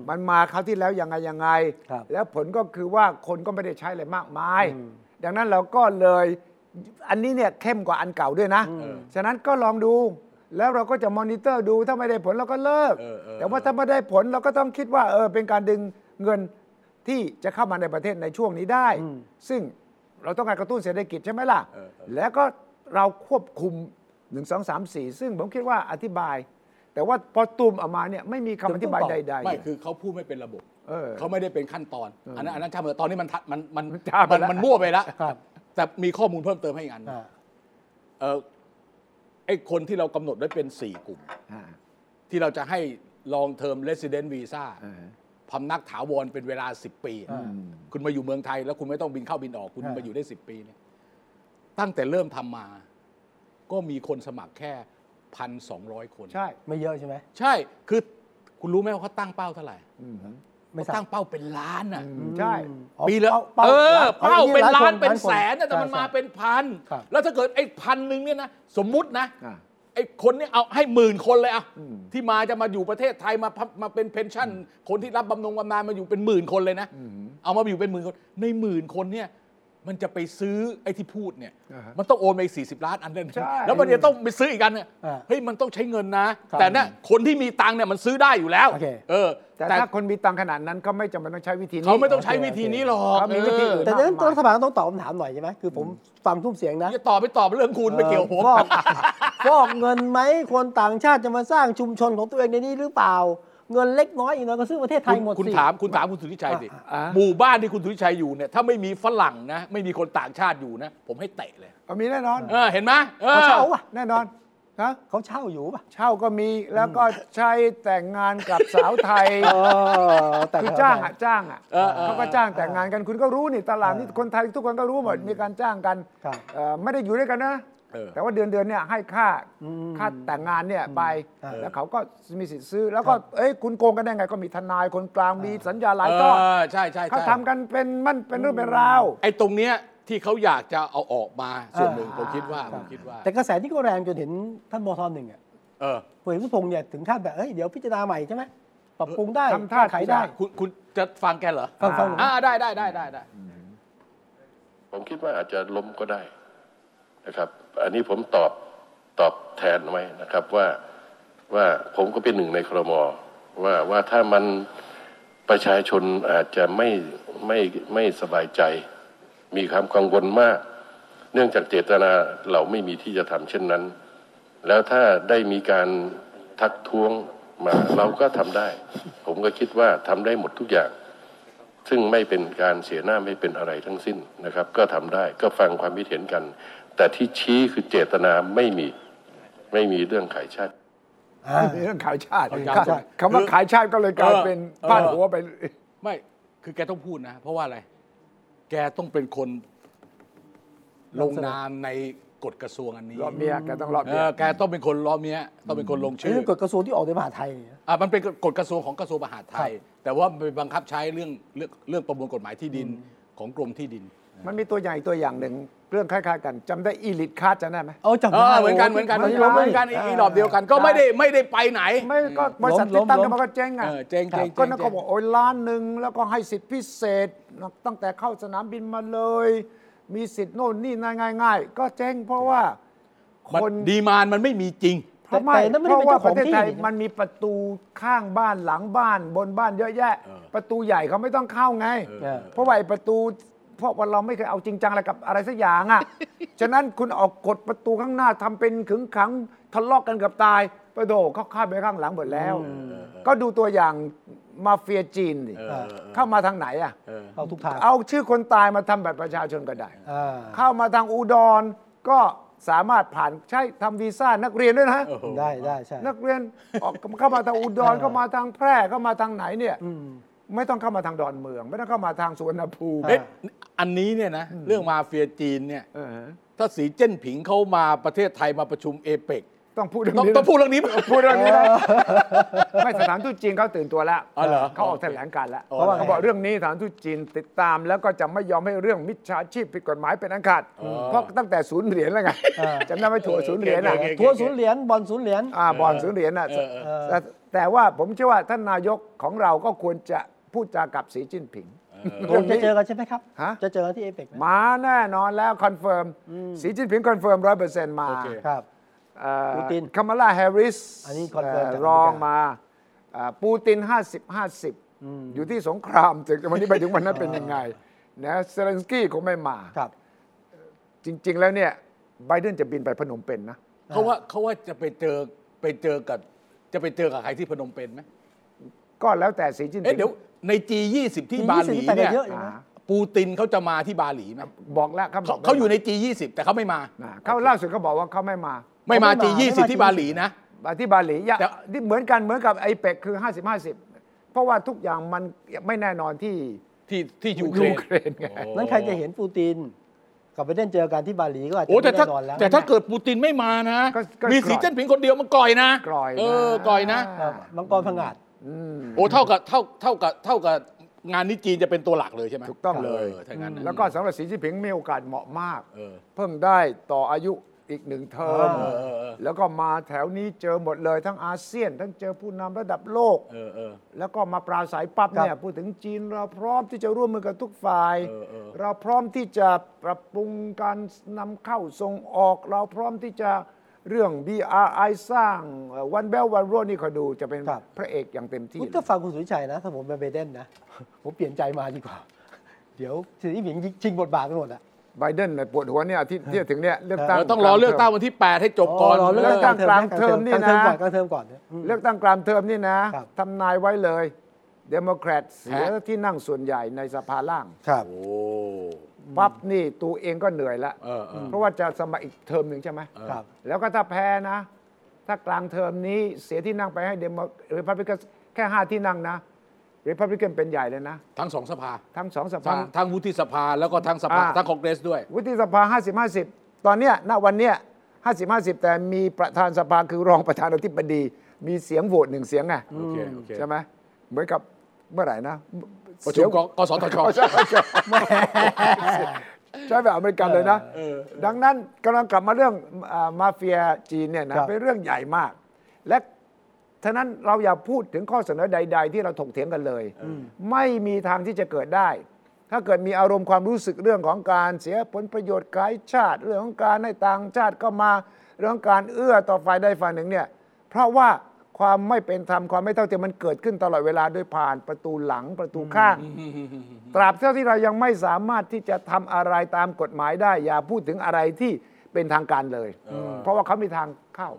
S2: มันมาคราวที่แล้วยังไงยังไง
S1: ครับ
S2: แล้วผลก็คือว่าคนก็ไม่ได้ใช้อะไรมากมาย
S1: อืม
S2: ดังนั้นเราก็เลยอันนี้เนี่ยเข้มกว่าอันเก่าด้วยนะ ฉะนั้นก็ลองดู แล้วเราก็จะมอนิเตอร์ดูถ้าไม่ได้ผลเราก็เลิก
S3: เออเออ
S2: แต่ว่าถ้าไม่ได้ผลเราก็ต้องคิดว่าเออเป็นการดึงเงินที่จะเข้ามาในประเทศในช่วงนี้ได้
S1: อืม
S2: ซึ่งเราต้องการกระตุ้นเศรษฐกิจใช่ไหมล่ะ
S3: เออเออ
S2: แล้วก็เราควบคุม 1 2 3 4 ซึ่งผมคิดว่าอธิบาย แต่ว่าพอตุมออกมาเนี่ยไม่มีคำอธิบายใด
S3: ไม่คือเขาพูดไม่เป็นระบบ
S2: เออ
S3: เขาไม่ได้เป็นขั้นตอนอันนั้นอันนั้นทำเถอะตอนนี้มันทัดมันมัน
S2: มันทำไป
S3: มัน
S2: แล้ว
S3: มันมั่วไปแล้ว
S1: ครับ
S3: แต่มีข้อมูลเพิ่มเติมให้อีกอัน
S1: อ่า
S3: เออไอคนที่เรากำหนดไว้เป็น 4 กลุ่ม
S2: ๆอ่า
S3: ที่เราจะให้ long term resident visa
S2: เออ
S3: พำนักถาวรเป็นเวลา 10 ปี
S1: อืม
S3: คุณมาอยู่เมืองไทย แล้วคุณไม่ต้องบินเข้าบินออก คุณ
S1: อ่าม
S3: มาอยู่ได้ 10 ปีเนี่ยตั้งแต่เริ่มทำมา ก็มีคนสมัครแค่ 1,200 คน
S2: ใช่
S1: ไม่เยอะใช่ไหม
S3: ใช่ คือคุณรู้ไหมว่าเขาตั้งเป้าเท่าไหร่
S2: อืม
S1: ไม่
S3: เขา
S1: ทรา
S3: ตั้
S1: บ
S3: งเป้าเป็นล้านอ่ะ
S2: อืมใช่
S1: อ๋อ
S3: ปีละ
S1: ป้า
S3: เออ
S1: ป้
S3: เป้าเป็นล้าน
S1: ค
S3: เป็น
S1: ค
S3: แสนนะแต่มันมาเป็นพัน
S1: ครับ
S3: แล้วถ้าเกิดไอ้พันหนึ่งเนี่ยนะ สมมุตินะ
S2: อ่า
S3: ไอ้คนเนี่ยเอาให้หมื่นคนเลยอะ
S2: อืม
S3: ที่มาจะมาอยู่ประเทศไทยมาพับมาเป็นเพนชั่น คนที่รับบำนงบำนาญมาอยู่เป็นหมื่นคนเลยนะ
S2: อืม
S3: เอามาอยู่เป็นหมื่นคน ในหมื่นคนเนี่ย มันจะไปซื้อไอ้ที่พูดเนี่ย
S2: อ่าฮะ
S3: มันต้องโอนไปสี่สิบล้านอันเด่น
S2: ใช่
S3: แล้วมันจะต้องไปซื้ออีกอันเนี่ย
S1: อ่า
S3: เฮ้ยมันต้องใช้เงินนะ
S1: ครับ
S3: แต่เนี่ยคนที่มีตังค์เนี่ยมันซื้อได้อยู่แล้ว
S1: โอเค
S3: เออ
S2: แต่
S3: แต่
S2: ถ้าคนมีตังค์ขนาดนั้นก็ไม่จำเป็นต้องใช้วิธีนี้
S3: เขาไม่ต้องใช้วิธีนี้หรอก
S2: เขามีวิธีอื่
S1: แต่ดังนั้นรัฐบาลก็ต้องตอบคำถามหน่อยใช่ไหมคือผมฟังทุ่มเสียงนะ
S3: จะตอบไปตอบเรื่องคุณไม่เกี่ยวผม
S1: ฟอกฟอกเงินไหมคนต่างชาติจะมาสร้างชุมชนของตัวเองในนี้หรือเปล่า เงินเล็กน้อยอีกน้อยก็ซื้อประเทศไท
S3: คุ
S1: ย
S3: ณ
S1: หมดสิ
S3: คุณถามคุณถามคุณสุทธิชัยสิ
S2: อ่ะ
S3: หมู่บ้านที่คุณสุทธิชัยอยู่เนี่ยถ้าไม่มีฝรั่งนะ ไม่มีคนต่างชาติอยู่นะ ผมให้เตะเลย
S2: เอามีแน่นอน
S3: เออเห็นไหมเออ
S1: เขาเช่าอ่ะ
S2: แน่นอนนะ
S1: เขาเช่าอยู่ป่ะ
S2: เช่าก็มีแล้วก็ใช้แต่งงานกับสาวไทย
S1: เออแต่
S2: คือ
S1: เข
S2: จ้างอ่ะจ้างอ่ะ
S3: เออออ
S2: เขาก็จ้างแต่งงานกันคุณก็รู้นี่ตลาดนี่คนไทยทุกคนก็รู้หมดมีการจ้างกัน
S1: ครับ
S2: เอ่อไม่ได้อยู่ด้วยกันนะ
S3: เออ
S2: แต่ว่าเดือนเดือนเนี่ยให้ค่า
S1: อืม
S2: ค่าแต่งงานเนี่ยไป
S1: เออ
S2: แล้วเขาก็มีสิทธิ์ซื้อ แล้วก็
S1: ครับ
S2: เอ้ยคุณโกงกันได้ไงก็มีทนายคนกลางมีสัญญาหลายก้อน
S3: เออใช่ใช่
S2: เขา
S3: ใช่
S2: ทำกันเป็นมันเป็นเรื่องเป็นราว
S3: ไอ้ตรงเนี้ยที่เขาอยากจะเอาออกมาส่วนหนึ่ง
S2: อ่า
S3: ผมคิดว่าผมคิดว่า
S1: แต่กระแสที่ก็แรงจนเห็นท่านมทหนึ่งอ่ะ
S3: เออ
S1: พลเอกพุทธพงษ์เนี่ยถึงขั้นแบบเอ้ยเดี๋ยวพิจารณาใหม่ใช่ไหมปรับปรุงได้
S2: ทำท่า
S1: แก้ไขได้
S3: คุณคุณจะฟังแกเหรอ
S1: ฟังฟังผม
S3: อ่าได้ได้ได้ได้ได้
S4: ผมคิดว่าอาจจะล้มก็ได้นะครับ อันนี้ผมตอบตอบแทนไว้นะครับว่าว่าผมก็เป็นหนึ่งในครมว่าว่าถ้ามันประชาชนอาจจะไม่ไม่ไม่สบายใจ มีความกังวลมาก เนื่องจากเจตนาเราไม่มีที่จะทำเช่นนั้น แล้วถ้าได้มีการทักท้วงมาเราก็ทำได้ ผมก็คิดว่าทำได้หมดทุกอย่าง ซึ่งไม่เป็นการเสียหน้าไม่เป็นอะไรทั้งสิ้นนะครับ ก็ทำได้ก็ฟังความคิดเห็นกัน แต่ที่ชี้คือเจตนาไม่มีไม่มีเรื่องขายชาติ
S1: อ่า
S2: มีเรื่องขายชาติ
S1: ขายชาติ
S2: คำว่าขายชาติก็เลยกลายเป็นพาดหัวไป
S3: ไม่คือแกต้องพูดนะ เพราะว่าอะไร แกต้องเป็นคนลงนามในกฎกระทรวงอันนี้
S2: รอบเมียแกต้องรอบ
S3: เอ
S2: เมีย
S3: อแกต้องเป็นคนล้อเมียต้องเป็นคนลงชื่อ
S1: เรื่องกฎกระทรวงที่ออกโดยมหาดไทยเนี่ย
S3: อ่ะมันเป็นกฎกระทรวงของกระทรวงมหาดไทย
S1: ครั
S3: แต่ว่ามันไปบังคับใช้เรื่องเรื่องเรื่องประมวลกฎหมายที่ดินของกรมที่ดิน
S2: มันมีตัวใหญ่างอีกตัวอย่างหนึ่งเรื่องคล้ายๆกันจำได้อีลิทคาร์จำได้ไหม
S1: เอาจำ
S3: เอ
S1: ได้
S3: อเหมือนกัน
S1: โ
S3: เหมือนกัน
S1: จำได้
S3: เหมือนกันอีอีรอบเดียวกันก็ไม่ได้ไม่ได้ไปไหน
S2: ไม่ก็บริษัท
S1: ล้
S2: ติด
S1: ม
S2: ตั้ง
S1: ล้ม
S2: กันมาก็เจ๊งอ่ะ
S3: เออเจ๊งเจ๊ง
S2: ก็
S3: เจ๊ง
S2: นั่นก็บอกโอ้ยล้านหนึ่งแล้วก็ให้สิทธิพิเศษตั้งแต่เข้าสนามบินมาเลย มีสิทธิ์โน่นนี่ง่ายง่ายๆ ก็เจ๊งเพราะว่า
S3: มัน
S2: คน
S3: ดีมานมันไม่มีจริง
S2: เพราะไม่
S1: แต่นั่นไม่
S2: เพ
S1: ได้
S2: ราะ
S1: เป็นเจ้า
S2: ว่า
S1: ข
S2: ป
S1: อง
S2: ระเทศไทย
S1: ที่นะ
S2: มันมีประตูข้างบ้านหลังบ้านบนบ้านเยอะแยะ
S3: เออ
S2: ประตูใหญ่เขาไม่ต้องเข้าไง
S1: เออ
S2: เพราะว่าไอ้ประตูเพราะว่าเราไม่เคยเอาจริงจังอะไรกับอะไรสักอย่างอ่ะ ฉะนั้นคุณออกกฎประตูข้างหน้าทำเป็นขึงขังทะเลาะกันกับตายไปโดเขาข้ามไปข้างหลังหมดแล้ว ก็ดูตัวอย่างมาเฟียจีนดิ
S3: เออ
S2: เข้ามาทางไหนอ่ะ
S3: เออ
S1: เอาทุกทาง
S2: เอาชื่อคนตายมาทำบัตรประชาชนก็ได้
S1: อ่า
S2: เข้ามาทางอุดรก็ สามารถผ่านใช้ทำวีซ่านักเรียนด้วยนะ
S3: โอ้โห
S1: ได้ได้ใช่
S2: นักเรียนออกเข้ามาทางอุดร
S1: เออ
S2: เข้ามาทางแพร่เข้ามาทางไหนเนี่ย
S1: อืม
S2: ไม่ต้องเข้ามาทางดอนเมือง ไม่ต้องเข้ามาทางสุวรรณภูมิ
S1: อ่า
S3: เอ๊ะอันนี้เนี่ยนะเรื่องมาเฟียจีนเนี่ย
S2: เออ
S3: ถ้าสีเจิ้นผิงเข้ามาประเทศไทยมาประชุมเอเปก
S2: ต้องพูดเรื่อง
S3: ต้อง
S2: นี้
S3: ต้องพูดเรื่องนี้ไหม
S2: พูดเรื่องนี้นะไม่สถานทูตจีนเขาตื่นตัวแล้ว
S3: อ๋อเหรอ
S2: เขาออกแถลงการณ์แล้ว
S1: เพราะว่าไง
S2: เขาบอกเรื่องนี้สถานทูตจีนติดตาม แล้วก็จะไม่ยอมให้เรื่องมิจฉาชีพผิดกฎหมายเป็นอันขาดเพราะตั้งแต่ศูนย์เหรียญแล้วไงจำได้ไหมถั่วศูนย์เหรียญอ่ะ
S3: โอเค
S1: ทัวร์ศูนย์เหรียญบอลศูนย์เหรียญ
S2: อ่าบอลศูนย์เหรียญน่ะ
S3: เออเออ
S2: แต่แต่ว่าผมเชื่อว่าท่านนายกของเราก็ควรจะพูดจากับสีจิ้นผิง
S1: ตกลงจะเจอกันใช่ไหมครับ
S2: ฮะ
S1: จะเจอกันที่เอเปกไหม
S2: มาแน่นอนแล้วคอนเฟิร์มสีจิ้นผิงคอนเฟิร์มร้อยเปอร์เซ็นต์มา
S3: โอเค
S1: ครับ
S2: เอ่อ
S1: ปูติน
S2: คามาลาแฮร์ริส
S1: อันนี้คอนเฟิร์มจากอเมริการ
S2: องมาเอ่อปูติน 50 50 อยู่ที่สงครามถึงวันนี้ไปถึงวันนั้นเป็นยังไงนะเซเลนสกี้คงไม่มา
S1: ครับ
S2: จริง ๆ แล้วเนี่ยไบเดนจะบินไปพนมเปญนนะ
S3: เขาว่าเขาว่าจะไปเจอไปเจอกับจะไปเจอกับใครที่พนมเปญไหม
S2: ก็แล้วแต่สีจิ้น
S3: เอ๊ะ
S2: ผิง
S3: เดี๋ยวใน G20 ที่
S1: G20
S3: บาหลี
S1: แต่
S3: เนี่ย
S1: เดี๋ยวเยอะอยู่นะ
S3: ปูตินเขาจะมาที่บาหลีไหม
S2: บอกแล้วครับบ
S3: เขา
S2: ก
S3: เขาอยู่ใน G20 แต่เขาไม่มา
S2: นะเขาล่าสุดเขาบอกว่าเขาไม่มา
S3: ไม่มา
S1: เขาไม่มา
S3: G20 ที่บาหลีนะ
S2: มาที่บาหลีอย่า
S3: แต่
S2: ที่เหมือนกันเหมือนกับไอเป็กคือ 50 50 เพราะว่าทุกอย่างมันไม่แน่นอนที่
S3: ที่ที่ยู
S2: ยูเครนไง
S3: โอ้
S1: นั้นใครจะเห็นปูติน กับไปเล่นเจอกันที่บาหลีก็อาจจะ
S3: โอ้แต่
S1: ไม่
S3: ถ้า
S1: แน่นอนแล้ว
S3: แต่ถ้าเกิดปูตินไม่มานะ
S2: ก็ก็
S3: มีสีเจิ้นผิงคนเดียวมันก่อยนะ
S2: กร่อยนะ
S3: เออก่อยนะ
S1: ครับมังกรพังงาด
S2: อืม
S3: โอ้เท่ากับเท่าเท่ากับเท่ากับงานนี้จีนจะเป็นตัวหลักเลยใช่ไหม
S2: ถูกต้องเลย
S3: ถ้างั้นนะ
S2: แล้วก็สำหรับสีจิ้นผิงมีโอกาสเหมาะมาก
S3: เออ
S2: เพิ่งได้ต่ออายุอีกหนึ่งเทอม
S1: เออเออเออ
S2: แล้วก็มาแถวนี้เจอหมดเลยทั้งอาเซียน ทั้งเจอผู้นำระดับโลก
S3: เออเออ
S2: แล้วก็มาปราศัยปั๊บ
S1: ครับ
S2: เนี่ยพูดถึงจีนเราพร้อมที่จะร่วมมือกับทุกฝ่าย
S3: เออเออ
S2: เราพร้อมที่จะปรับปรุงการนำเข้าส่งออก เราพร้อมที่จะเรื่อง BRI สร้างวันแบลวันร d นี่คอยดูจะเป็น
S1: ครับ
S2: พระเอกอย่างเต็มที่
S1: อุ๊ยถ้าฟังคุณสุวิชัยนะ ถ้าผมเป็นไบเดนนะ ผมเปลี่ยนใจมาดีกว่า เดี๋ยวสีจิ้นผิงชิงบทบาทกันหมดอะ
S2: ไบเดนเนี่ยปวดหัวเนี่ยอาที่ที่จะถึงเนี่ยเลือกตั้ง
S3: เออต้องรอเลือกตั้งวันที่ 8 ให้จบก่อน
S1: ร
S2: เลือกตั้งกลางเทอมนี่
S1: กลางเทอ
S2: นะ
S1: มก่อนกลางเทอมก่อนนะอืม
S2: เลือกตั้งกลางเทอมนี่นะครับ ทำนายไว้เลยเดโมแครตเสียที่นั่งส่วนใหญ่ในสภาล่าง
S1: ครับ
S3: โอ้
S2: ปั๊บนี่ตัวเองก็เหนื่อยละ
S3: เออเออ
S2: เพราะว่าจะสมัครอีกเทอมหนึ่งใช่ไหม
S1: ครับ
S2: แล้วก็ถ้าแพ้นะ ถ้ากลางเทอมนี้เสียที่นั่งไปให้เดมริพับลิกันแค่ห้าที่นั่งนะริพับลิกันเป็นใหญ่เลยนะ
S3: ทั้งสองสภา
S2: ทั้งสองส
S3: ทั้
S2: ภา
S3: งทั้งวุฒิสภาแล้วก็ทั้งสภา
S2: อ่า
S3: ทั้งคองเกรสด้วย
S2: วุฒิสภา 50 50 ตอนเนี้ยณวันเนี้ย50 50 แต่มีประธานสภาคือรองประธานาธิบดี มีเสียงโหวตหนึ่งเสียงไง
S3: โอเคโอเค
S2: ใช่ไหมเหมือนกับเมื่อไหร่นะ
S3: ประ
S2: เสี
S3: ชุ
S2: ย
S3: ม
S2: ง
S3: กกสทช
S2: ใช่แบบอเมริกันเลยนะ
S3: เออ
S2: ดังนั้นกำลังกลับมาเรื่องอ่ามาเฟียจีนเนี่ยนะครับ เป็นเรื่องใหญ่มาก และท่านั้นเราอย่าพูดถึงข้อเสนอใด ๆ ที่เราถกเถียงกันเลย ไม่มีทางที่จะเกิดได้ ถ้าเกิดมีอารมณ์ความรู้สึกเรื่องของการเสียผลประโยชน์ขายชาติ เรื่องของการให้ต่างชาติก็มาเรื่องการเอื้อต่อฝ่ายใดฝ่ายหนึ่งเนี่ยเพราะว่าความไม่เป็นธรรมความไม่เท่าเทียมมันเกิดขึ้นตลอดเวลาโดยผ่านประตูหลังประตูข้าง ตราบเท่าที่เรายังไม่สามารถที่จะทำอะไรตามกฎหมายได้ อย่าพูดถึงอะไรที่เป็นทางการเลย เพราะว่าเขามีทางเข้า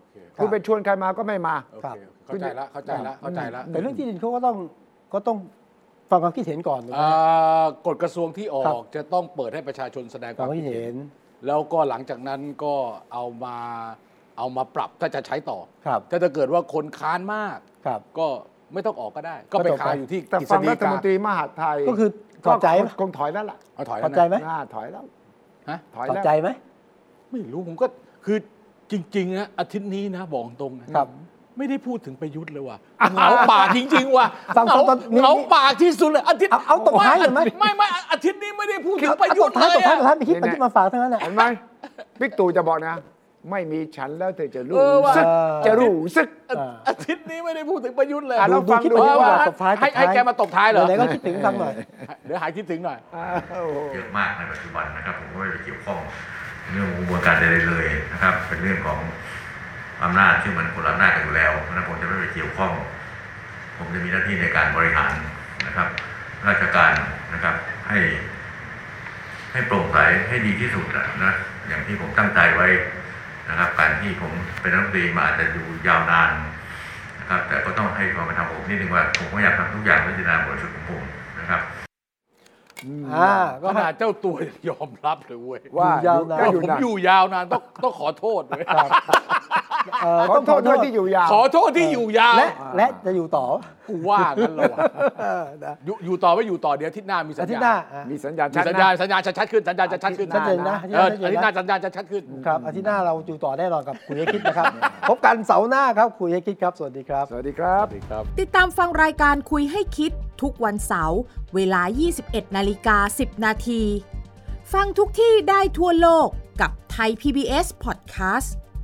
S2: คุณไปชวนใครมาก็ไม่มา
S3: โอ
S1: ครับ
S3: เคเข้าใจละเข้าใจละเข้าใจละ
S1: แต่เรื่องที่ดินเขาก็ต้องก็ต้องฟังความคิดเห็นก่อนถูกไหม
S3: อ่ากฎกระทรวงที่ออ
S1: ครั
S3: ก
S1: บ
S3: จะต้องเปิดให้ประชาชนแสดงค
S1: ฟัค
S3: วาง ม
S1: วาม
S3: คิ
S1: คิด
S3: ดเห็
S1: เห็
S3: น
S1: น
S3: แล้วก็หลังจากนั้นก็เอามาเอามาปรับถ้าจะใช้ต่อ
S1: ครับ
S3: ถ้าจะเกิดว่าคนค้านมาก
S1: ครับ
S3: ก็ไม่ต้องออกก็ได้ ก็ไป
S1: ก็จบ
S3: คา
S1: ไป
S3: อยู่ที่
S2: แต่
S3: กฤษ
S2: ฟัง
S3: ฎี
S2: รัฐ
S3: กาม
S2: นตรีมหาดไทย
S1: ก็คือถอดใจไหม
S2: คงถอยแล้วล่ะ
S3: เอาถอย
S1: พ
S3: แล้
S1: อ
S3: ว
S1: ใจ
S3: นะ
S1: ไหม
S2: น่าถอยแล้ว
S3: ฮะ
S2: ถอย
S1: พอ
S2: แล้ว
S1: ใจไหม
S3: ไม่รู้ผมก็คือจริงๆนะอาทิตย์นี้นะบอกตรงนะครับ ไม่ได้พูดถึงประยุทธ์เลยว่ะเหงาปากจริง ๆ ว่ะ
S1: ฟัง
S3: เหงา
S1: ตอนนี้
S3: เหงาปากที่สุดเลยอาทิตย์
S1: เอาเอาตบท้ายหน่อยไหม
S3: ไม่ไม่อาทิตย์นี้ไม่ได้พูดถึงประยุ
S1: ตบ
S3: ทธ์เล
S1: ท้าย
S3: ย
S1: ตบท้ายตบ
S3: อะ
S1: ท้ายไปคิดไปคิดมาฝากทั้งนั้นแหละ
S2: เห็นไหมบิ๊กตู่จะบอกนะ ไม่มีฉันแล้วเธอจะรู้
S3: เออว่ะ
S2: สึกจะรู้สึก
S3: อาอาทิตย์นี้ไม่ได้พูดถึงประยุทธ์เลย
S2: อ่ะลองฟัง
S1: ดู
S2: ดู
S1: คลิปประยุทธ์
S3: ว่า
S1: ก่อนตบท้าย
S3: ให้
S1: ตบท้าย
S3: ให้แกมาตบท้ายเหรอ
S1: ไหนๆก็คิดถึงฟังหน่อย
S3: เดี๋ยวหายคิดถึงหน่อย
S2: อ้าว
S5: เยอะมากในปัจจุบันนะครับ ผมก็ไม่ได้เกี่ยวข้องในเรื่องของกระบวนการใดๆเลยนะครับ เป็นเรื่องของอำนาจที่มันคนละอำนาจกันอยู่แล้วเพราะฉะนั้นผมจะไม่ไปเกี่ยวข้อง ผมจะมีหน้าที่ในการบริหารนะครับ ราชการนะครับให้ ให้โปร่งใสให้ดีที่สุดอะนะอย่างที่ผมตั้งใจไว้นะครับ การที่ผมเป็นรัฐมนตรีมาอาจจะอยู่ยาวนานนะครับ แต่ก็ต้องให้ความเป็นธรรมผมนิดนึงว่าผมก็อยากทำทุกอย่างด้วยเจตนาบริสุทธิ์ของผมนะครับ
S1: อ่า
S3: ข
S1: ก็
S3: นา
S1: ให้
S3: ดเจ้าตัว ยังยอมรับเลยเว้ย
S2: ว่า
S1: อยู่ยาวนาน
S2: ก็
S3: ว่า
S2: อยู่
S3: ผม
S2: นาน
S3: อยู่ยาวนานต้องต้องขอโทษเลย
S1: เอ่อ
S2: ขอ
S1: ต้อง
S2: โทษด้วยที่อยู่ยาว
S3: ขอโทษที่อยู่ยาว
S1: และและจะอยู่ต่อ
S3: กูว่างั้นเลยวะ
S1: เออนะ
S3: อยู่อยู่ต่อไม่อยู่ต่อเดี๋ยวอาทิตย์หน้ามีสั
S1: อา
S3: ญ
S1: ทิต
S3: ญา
S1: ย์หน้าอ่ะ
S2: มีสัญญาณ
S3: มี
S2: ชัด
S3: สัญญา
S2: นะ
S3: ณสัญญาณชัดขึ้นสัญญาณชัดขึ้น
S1: ชัดเจนนะ
S3: เออ
S1: ชัดเจนนะ
S3: อาทิตย์หน้าสัญญาณจะชัดขึ้น
S1: ครับอาทิตย์หน้าเราอยู่ต่อแน่นอนกับคุยให้คิดนะครับ พบกันเสาร์หน้าครับคุยให้คิดครับสวัสดีครับ
S2: สวัสดีครับ
S6: ติดตามฟังรายการคุยให้คิดทุกวันเสาร์เวลา 21 นาฬิกา 10 นาที ฟังทุกที่ได้ทั่วโลกกับไทย PBS Podcast